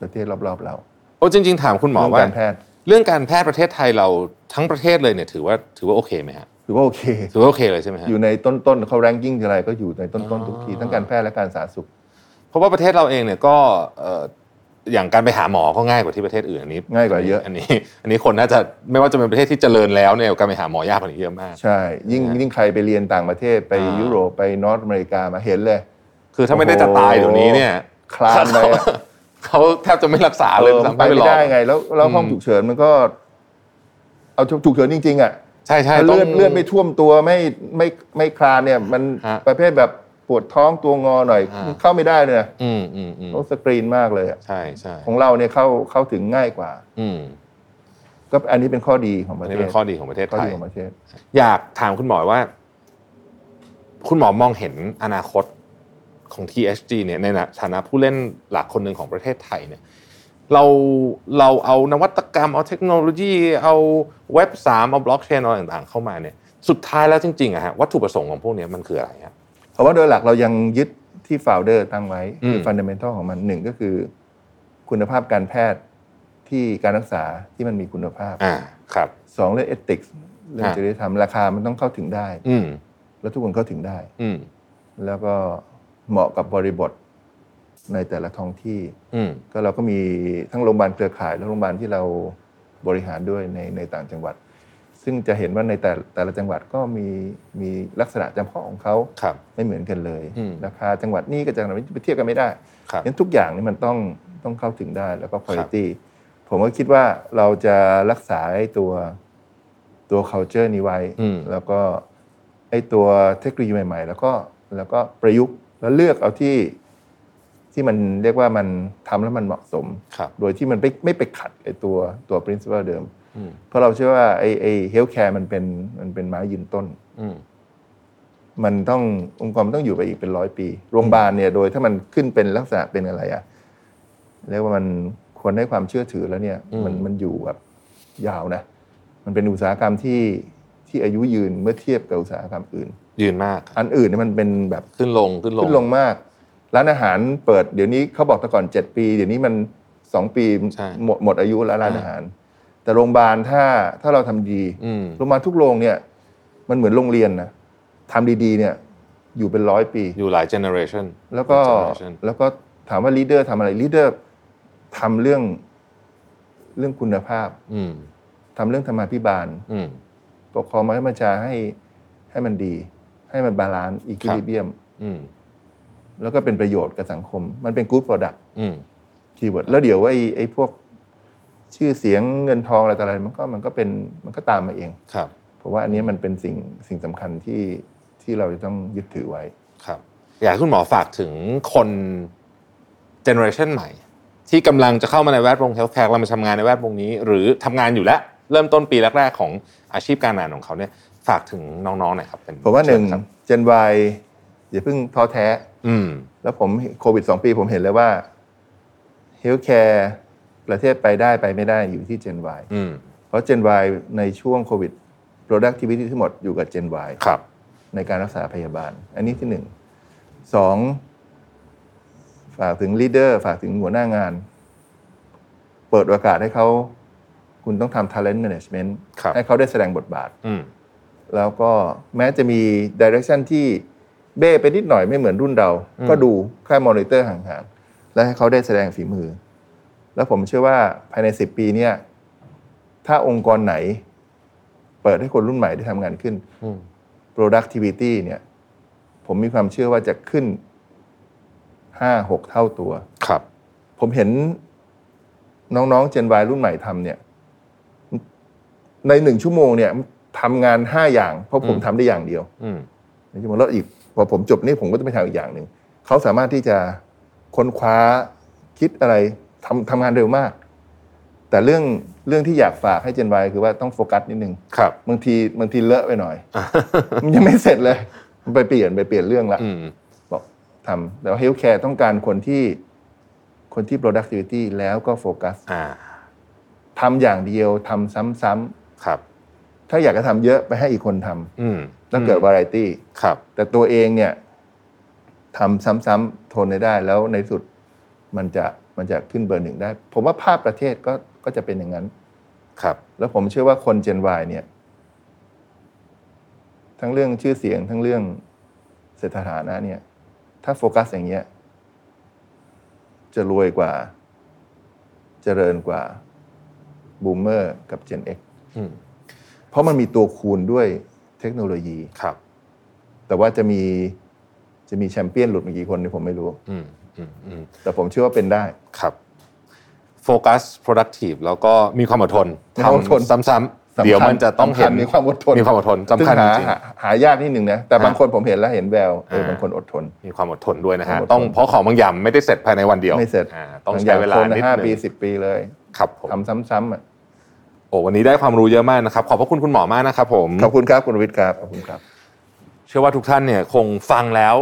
[SPEAKER 3] ประเทศรอบๆเรา
[SPEAKER 2] โอ้จริง ๆ ถามคุณหมอ
[SPEAKER 3] เรื่อง
[SPEAKER 2] ว่า
[SPEAKER 3] การแพทย์
[SPEAKER 2] เรื่องการแพทย์ประเทศไทยเราทั้งประเทศเลยเนี่ยถือว่าถือว่าโอเคไหมฮะ
[SPEAKER 3] ถือว่าโอเค
[SPEAKER 2] ถือว่าโอเคเลยใช่ไหมฮะ
[SPEAKER 3] อยู่ในต้นๆเขาแรงกิ้งทีไรก็อยู่ในต้นๆทุกที
[SPEAKER 2] อ๋อ
[SPEAKER 3] ทั้งการแพทย์และการสาธารณสุข
[SPEAKER 2] เพราะว่าประเทศเราเองเนี่ยก็เอ่ออย่างการไปหาหมอก็ง่ายกว่าที่ประเทศอื่นอันนี้
[SPEAKER 3] ง่ายกว่าเยอะ
[SPEAKER 2] อันนี้ อันนี้คนน่าจะไม่ว่าจะเป็นประเทศที่เจริญแล้วเนี่ยการไปหาหมอยากกว่านี้เยอะมาก
[SPEAKER 3] ใช่ ยิ่ง
[SPEAKER 2] นะฮะ
[SPEAKER 3] ยิ่งใครไปเรียนต่างประเทศไป
[SPEAKER 2] อ่ายุ
[SPEAKER 3] ยุโรปไปนอร์ทอเมริกามาเห็นเลย
[SPEAKER 2] คือถ้าไม่ได้จะตายเดี๋ยวนี้เนี่ย
[SPEAKER 3] คลานไปอะ
[SPEAKER 2] เขาแทบจะไม่รักษาเลย
[SPEAKER 3] ออมั
[SPEAKER 2] ซ้ำ
[SPEAKER 3] นไปไม่
[SPEAKER 2] หรอก
[SPEAKER 3] ได้ไง แล้วแล้วห้อง
[SPEAKER 2] อืม
[SPEAKER 3] ฉุกเฉินมันก็ เอาฉุกเฉินจริงๆอ่ะ
[SPEAKER 2] ใช่ใช่
[SPEAKER 3] ถ้า
[SPEAKER 2] ต้ง
[SPEAKER 3] เลือดเลือดไม่ท่วมตัวไม่ไม่ไม่คลานเนี่ย มัน
[SPEAKER 2] ฮะ
[SPEAKER 3] ประเภทแบบปวดท้องตัวงอหน่อย
[SPEAKER 2] อ่า
[SPEAKER 3] เข้าไม่ได้เลยนะ
[SPEAKER 2] อืมอืมอืม
[SPEAKER 3] ต้องสกรีนมากเลยอะ
[SPEAKER 2] ใช่ใช่
[SPEAKER 3] ของเราเนี่ยเข้าเข้าถึงง่ายกว่า
[SPEAKER 2] อืม
[SPEAKER 3] ก็อันนี้เป็นข้อดีของป
[SPEAKER 2] อัน
[SPEAKER 3] ระเท
[SPEAKER 2] นี้
[SPEAKER 3] ศ
[SPEAKER 2] เป็นข้อดีของประเทศ
[SPEAKER 3] ข้อ
[SPEAKER 2] ไท
[SPEAKER 3] ดี
[SPEAKER 2] ย
[SPEAKER 3] ของประเทศ
[SPEAKER 2] อยากถามคุณหมอว่า คุณหมอมองเห็นอนาคตของ THG เนี่ยในฐานะผู้เล่นหลักคนหนึ่งของประเทศไทยเนี่ยเราเราเอานวัตกรรม เอาเทคโนโลยี เอาเว็บ 3 เอาบล็อกเชนอะไรต่างๆ เข้ามาเนี่ยสุดท้ายแล้วจริงๆอะฮะวัตถุประสงค์ของพวกเนี้ยมันคืออะไรฮะ
[SPEAKER 3] เพราะว่าโดยหลักเรายังยึดที่ f o u เดอร์ตั้งไว้
[SPEAKER 2] อืม
[SPEAKER 3] คือฟันเดเมนทัลของมันหนึ่งก็คือ คุณภาพการแพทย์ที่การรักษาที่มันมีคุณภาพ
[SPEAKER 2] อ่าครับ
[SPEAKER 3] สองเรื่องเอติกส์เรื่อง
[SPEAKER 2] อ่ะ
[SPEAKER 3] จริยธรรมราคามันต้องเข้าถึงได้
[SPEAKER 2] อืม
[SPEAKER 3] แล้วทุกคนเข้าถึงได้
[SPEAKER 2] อืม
[SPEAKER 3] แล้วก็เหมาะกับบริบทในแต่ละท้องที่
[SPEAKER 2] อืม
[SPEAKER 3] ก็เราก็มีทั้งโรงพยาบาลเครือข่ายและโรงพยาบาลที่เราบริหารด้วยในในต่างจังหวัด ซึ่งจะเห็นว่าในแต่แต่ละจังหวัดก็มีมีลักษณะจำเพาะของเขา
[SPEAKER 2] ครับ
[SPEAKER 3] ไม่เหมือนกันเลย
[SPEAKER 2] อืม
[SPEAKER 3] ราคาจังหวัดนี้กับจังหวัดนี้ไปเทียบกันไม่ได้
[SPEAKER 2] ครับ
[SPEAKER 3] งั้นทุกอย่างนี่มันต้องต้องเข้าถึงได้แล้วก็คุณ
[SPEAKER 2] ครั
[SPEAKER 3] ภา
[SPEAKER 2] บ
[SPEAKER 3] พผมก็คิดว่าเราจะรักษาไอ้ตัวตัว culture นี้ไว้
[SPEAKER 2] อืม
[SPEAKER 3] แล้วก็ไอ้ตัวเทคโนโลยีใหม่ ๆ แล้วก็แล้วก็ประยุกต์แล้วเลือกเอาที่ที่มันเรียกว่ามันทำแล้วมันเหมาะสม
[SPEAKER 2] ครับ
[SPEAKER 3] โดยที่มันไม่ไม่ไปขัดไอ้ตัวตัว principle เดิม
[SPEAKER 2] อืม
[SPEAKER 3] เพราะเราเชื่อว่าไอ้ไอ้ healthcare มันเป็นมันเป็นไม้ยืนต้น
[SPEAKER 2] อืม
[SPEAKER 3] มันต้ององค์กรมันต้องอยู่ไปอีกเป็นร้อยปี โรงพยาบาลเนี่ยโดยถ้ามันขึ้นเป็นลักษณะเป็นอะไรอะเรียกว่ามันควรได้ความเชื่อถือแล้วเนี่ย
[SPEAKER 2] อืม
[SPEAKER 3] มันมันอยู่แบบยาวนะ มันเป็นอุตสาหกรรมที่ที่อายุยืนเมื่อเทียบกับอุตสาหกรรมอื่น
[SPEAKER 2] ยืนมาก
[SPEAKER 3] อันอื่นเนี่ยมันเป็นแบบ
[SPEAKER 2] ขึ้นลงขึ้นลง
[SPEAKER 3] ขึ้นลงมาก ร้านอาหารเปิดเดี๋ยวนี้เขาบอกแต่ก่อน 7 ปี เดี๋ยวนี้มัน 2 ปี
[SPEAKER 2] ใช่
[SPEAKER 3] หมดหมดอายุแล้วร้าน
[SPEAKER 2] อ่า
[SPEAKER 3] อาหาร แต่โรงพยาบาลถ้าถ้าเราทำดี
[SPEAKER 2] อืม
[SPEAKER 3] โรงพยาบาลทุกโรงเนี่ยมันเหมือนโรงเรียนนะทำดีๆเนี่ยอยู่เป็นร้อยปี
[SPEAKER 2] อยู่หลายเจเนอเรชัน
[SPEAKER 3] แล้วก็
[SPEAKER 2] เป็น generation
[SPEAKER 3] แล้วก็ถามว่าลีดเดอร์ทำอะไรลีดเดอร์ทำเรื่องเรื่องคุณภาพ
[SPEAKER 2] อืม
[SPEAKER 3] ทำเรื่องธรรมาภิบาล
[SPEAKER 2] อืม
[SPEAKER 3] ปกครองมาให้บัญชาให้ให้มันดี ให้มันบาลานซ์อีกิลิเบียม
[SPEAKER 2] อืม
[SPEAKER 3] แล้วก็เป็นประโยชน์กับสังคม มันเป็นกู๊ดโปรดัก
[SPEAKER 2] อืม
[SPEAKER 3] คีย์เวิร์ดแล้วเดี๋ยวไอ้ไอ้พวกชื่อเสียงเงินทองอะไรต่ออะไรมันก็มันก็เป็นมันก็ตามมาเอง
[SPEAKER 2] ครับ
[SPEAKER 3] เพราะว่าอันเนี้ยมันเป็นสิ่งสิ่งสำคัญที่ที่เราจะต้องยึดถือไว้
[SPEAKER 2] ครับ อยากให้คุณหมอฝากถึงคนเจเนอเรชันใหม่ ที่กำลังจะเข้ามาในแวดวงเฮลท์แคร์กำลังมาทำงานในแวดวงนี้ หรือทำงานอยู่แล้ว เริ่มต้นปีแรกๆของอาชีพการงานของเขาเนี่ย ฝากถึงน้องๆหน่อยครับเป็น
[SPEAKER 3] ผมว่าหนึ่ง
[SPEAKER 2] เชิญครับ
[SPEAKER 3] เจนวายอย่าเพิ่งท้อแท้
[SPEAKER 2] อืม
[SPEAKER 3] แล้วผมโควิดสองปีผมเห็นเลยว่าเฮลท์แคร์ประเทศไปได้ไปไม่ได้อยู่ที่เจนวาย
[SPEAKER 2] อืม
[SPEAKER 3] เพราะเจนวายในช่วงโควิด productivity ทั้งหมดอยู่กับเจนวาย
[SPEAKER 2] ครับ
[SPEAKER 3] ในการรักษาพยาบาล อันนี้ที่หนึ่งสองฝากถึงลีดเดอร์ฝากถึงหัวหน้างาน เปิดโอกาสให้เขา คุณต้องทำ talent management
[SPEAKER 2] ครับ
[SPEAKER 3] ให้เขาได้แสดงบทบาท
[SPEAKER 2] อืม
[SPEAKER 3] แล้วก็แม้จะมี direction ที่เบ้ไปนิดหน่อยไม่เหมือนรุ่นเรา
[SPEAKER 2] อืม
[SPEAKER 3] ก็ดูแค่มอนิเตอร์ห่างๆ และให้เขาได้แสดงฝีมือ แล้วผมเชื่อว่าภายใน 10 ปีเนี่ย ถ้าองค์กรไหน เปิดให้คนรุ่นใหม่ได้ทำงานขึ้น
[SPEAKER 2] อืม
[SPEAKER 3] productivity เนี่ย ผมมีความเชื่อว่าจะขึ้นห้าหกเท่าตัว
[SPEAKER 2] ครับ
[SPEAKER 3] ผมเห็นน้องๆ Gen Y รุ่นใหม่ทำเนี่ย ในหนึ่งชั่วโมงเนี่ยทำงานห้าอย่าง เพราะผม
[SPEAKER 2] อืม
[SPEAKER 3] ทำได้อย่างเดียว
[SPEAKER 2] อืม
[SPEAKER 3] ในชั่วโมงแล้วอีกพอผมจบนี่ผมก็จะไปทำอีกอย่างหนึ่ง เขาสามารถที่จะค้นคว้าคิดอะไรทำทำงานเร็วมาก แต่เรื่องเรื่องที่อยากฝากให้ Gen Y คือว่าต้องโฟกัสนิดนึง
[SPEAKER 2] ครับ
[SPEAKER 3] บางทีบางทีเลอะไปหน่อย <laughs> มันยังไม่เสร็จเลย มันไปเปลี่ยนไปเปลี่ยนเรื่องละ
[SPEAKER 2] อืม
[SPEAKER 3] บอกทำแต่ว่า healthcare ต้องการคนที่คนที่ productivity แล้วก็โฟกัส
[SPEAKER 2] อ่า
[SPEAKER 3] ทำอย่างเดียวทำซ้ำ
[SPEAKER 2] ครับ
[SPEAKER 3] ๆ ถ้าอยากจะทำเยอะไปให้อีกคนท
[SPEAKER 2] อืม
[SPEAKER 3] ำแล้วเกิด variety
[SPEAKER 2] ครับ
[SPEAKER 3] แต่ตัวเองเนี่ยทำซ้ำๆทนได้แล้วในสุดมันจะมันจะขึ้นเบอร์หนึ่งได้ ผมว่าภาพประเทศก็ก็จะเป็นอย่างนั้น
[SPEAKER 2] ครับ
[SPEAKER 3] แล้วผมเชื่อว่าคน Gen Y เนี่ย ทั้งเรื่องชื่อเสียงทั้งเรื่องเศรษฐฐานะเนี่ย ถ้าโฟกัสอย่างเงี้ย จะรวยกว่า เจริญกว่าบูมเมอร์กับ Gen X
[SPEAKER 2] อืม
[SPEAKER 3] เพราะมันมีตัวคูณด้วยเทคโนโลยี
[SPEAKER 2] ครับ
[SPEAKER 3] แต่ว่าจะมีจะมีแชมเปี้ยนหลุดมากี่คนเนี่ยผมไม่รู้
[SPEAKER 2] อืม อืม อืม
[SPEAKER 3] แต่ผมเชื่อว่าเป็นได้
[SPEAKER 2] ครับโฟกัส productive แล้วก็มีความอดทน
[SPEAKER 3] มีความอดทน
[SPEAKER 2] ซ้ำ
[SPEAKER 3] สำคัญ
[SPEAKER 2] ๆเดี๋ยวมันจะต้องเห็น
[SPEAKER 3] สำคัญมีความอดทน
[SPEAKER 2] มีความอดทนสำคัญจริ
[SPEAKER 3] ซึ่งหา
[SPEAKER 2] ง
[SPEAKER 3] หาหายากนิดหนึ่งนะแต่บางคนผมเห็นแล้วเห็นแววเออ
[SPEAKER 2] ฮะ
[SPEAKER 3] บางคนอดทน
[SPEAKER 2] มีความอดทนด้วยนะฮะ
[SPEAKER 3] ความอดทน
[SPEAKER 2] ต้องเพราะของบางอย่างไม่ได้เสร็จภายในวันเดียว
[SPEAKER 3] ไม่เสร็จ
[SPEAKER 2] อ่าต้องใช้เวลานิด
[SPEAKER 3] ห้า
[SPEAKER 2] นึ
[SPEAKER 3] ปี
[SPEAKER 2] ง
[SPEAKER 3] สิบปีเลย
[SPEAKER 2] ครับผม
[SPEAKER 3] ทำซ้ำๆอ่ะ
[SPEAKER 2] โอ้วันนี้ได้ความรู้เยอะมากนะครับ ขอบพระคุณคุณหมอมากนะครับผม
[SPEAKER 3] ขอบคุณครับ คุณวิทย์ครับขอบคุณครับ
[SPEAKER 2] เชื่อว่าทุกท่านเนี่ยคงฟังแล้ว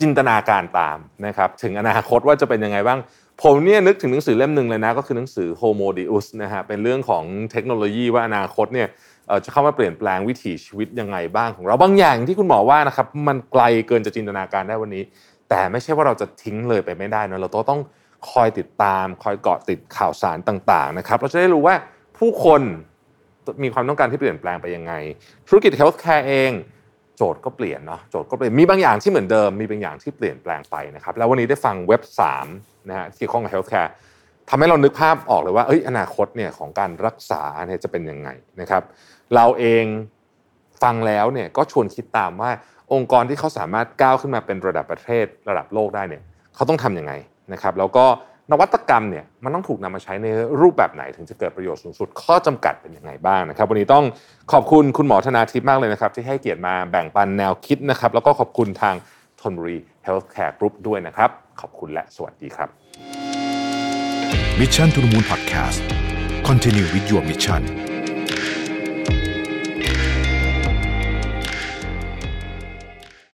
[SPEAKER 2] จินตนาการตามนะครับถึงอนาคตว่าจะเป็นยังไงบ้าง ผมเนี่ยนึกถึงหนังสือเล่มหนึ่งเลยนะ ก็คือหนังสือ Homo Deus นะฮะเป็นเรื่องของเทคโนโลยีว่าอนาคตเนี่ยเอ่อจะเข้ามาเปลี่ยนแปลงวิถีชีวิตยังไงบ้างของเราบางอย่างที่คุณหมอว่านะครับมันไกลเกินจะจินตนาการได้วันนี้ แต่ไม่ใช่ว่าเราจะทิ้งเลยไปไม่ได้นะเราต้องคอยติดตาม คอยเกาะติดข่าวสารต่างๆนะครับเราจะได้รู้ว่าผู้คนมีความต้องการที่เปลี่ยนแปลงไปยังไง ธุรกิจเฮลท์แคร์เอง โจทย์ก็เปลี่ยนเนาะโจทย์ก็เปลี่ยนมีบางอย่างที่เหมือนเดิมมีบางอย่างที่เปลี่ยนแปลงไปนะครับแล้ววันนี้ได้ฟังเว็บ3นะฮะที่เกี่ยวข้องกับเฮลท์แคร์ ทำให้เรานึกภาพออกเลยว่าเอ้ยอนาคตเนี่ยของการรักษาเนี่ยจะเป็นยังไงนะครับ เราเองฟังแล้วเนี่ยก็ชวนคิดตามว่าองค์กรที่เขาสามารถก้าวขึ้นมาเป็นระดับประเทศระดับโลกได้เนี่ยเขาต้องทำยังไงนะครับ แล้วก็นวัตกรรมเนี่ยมันต้องถูกนำมาใช้ในรูปแบบไหนถึงจะเกิดประโยชน์สูงสุด ข้อจำกัดเป็นยังไงบ้างนะครับ วันนี้ต้องขอบคุณคุณหมอธนาทิพย์มากเลยนะครับ ที่ให้เกียรติมาแบ่งปันแนวคิดนะครับ แล้วก็ขอบคุณทางธนบุรี Healthcare Group ด้วยนะครับ ขอบคุณและสวัสดีครับ
[SPEAKER 1] มิชชั่นทุ h มูลพอดแคสต์คอนเทนิววิดีโอมิชชั่น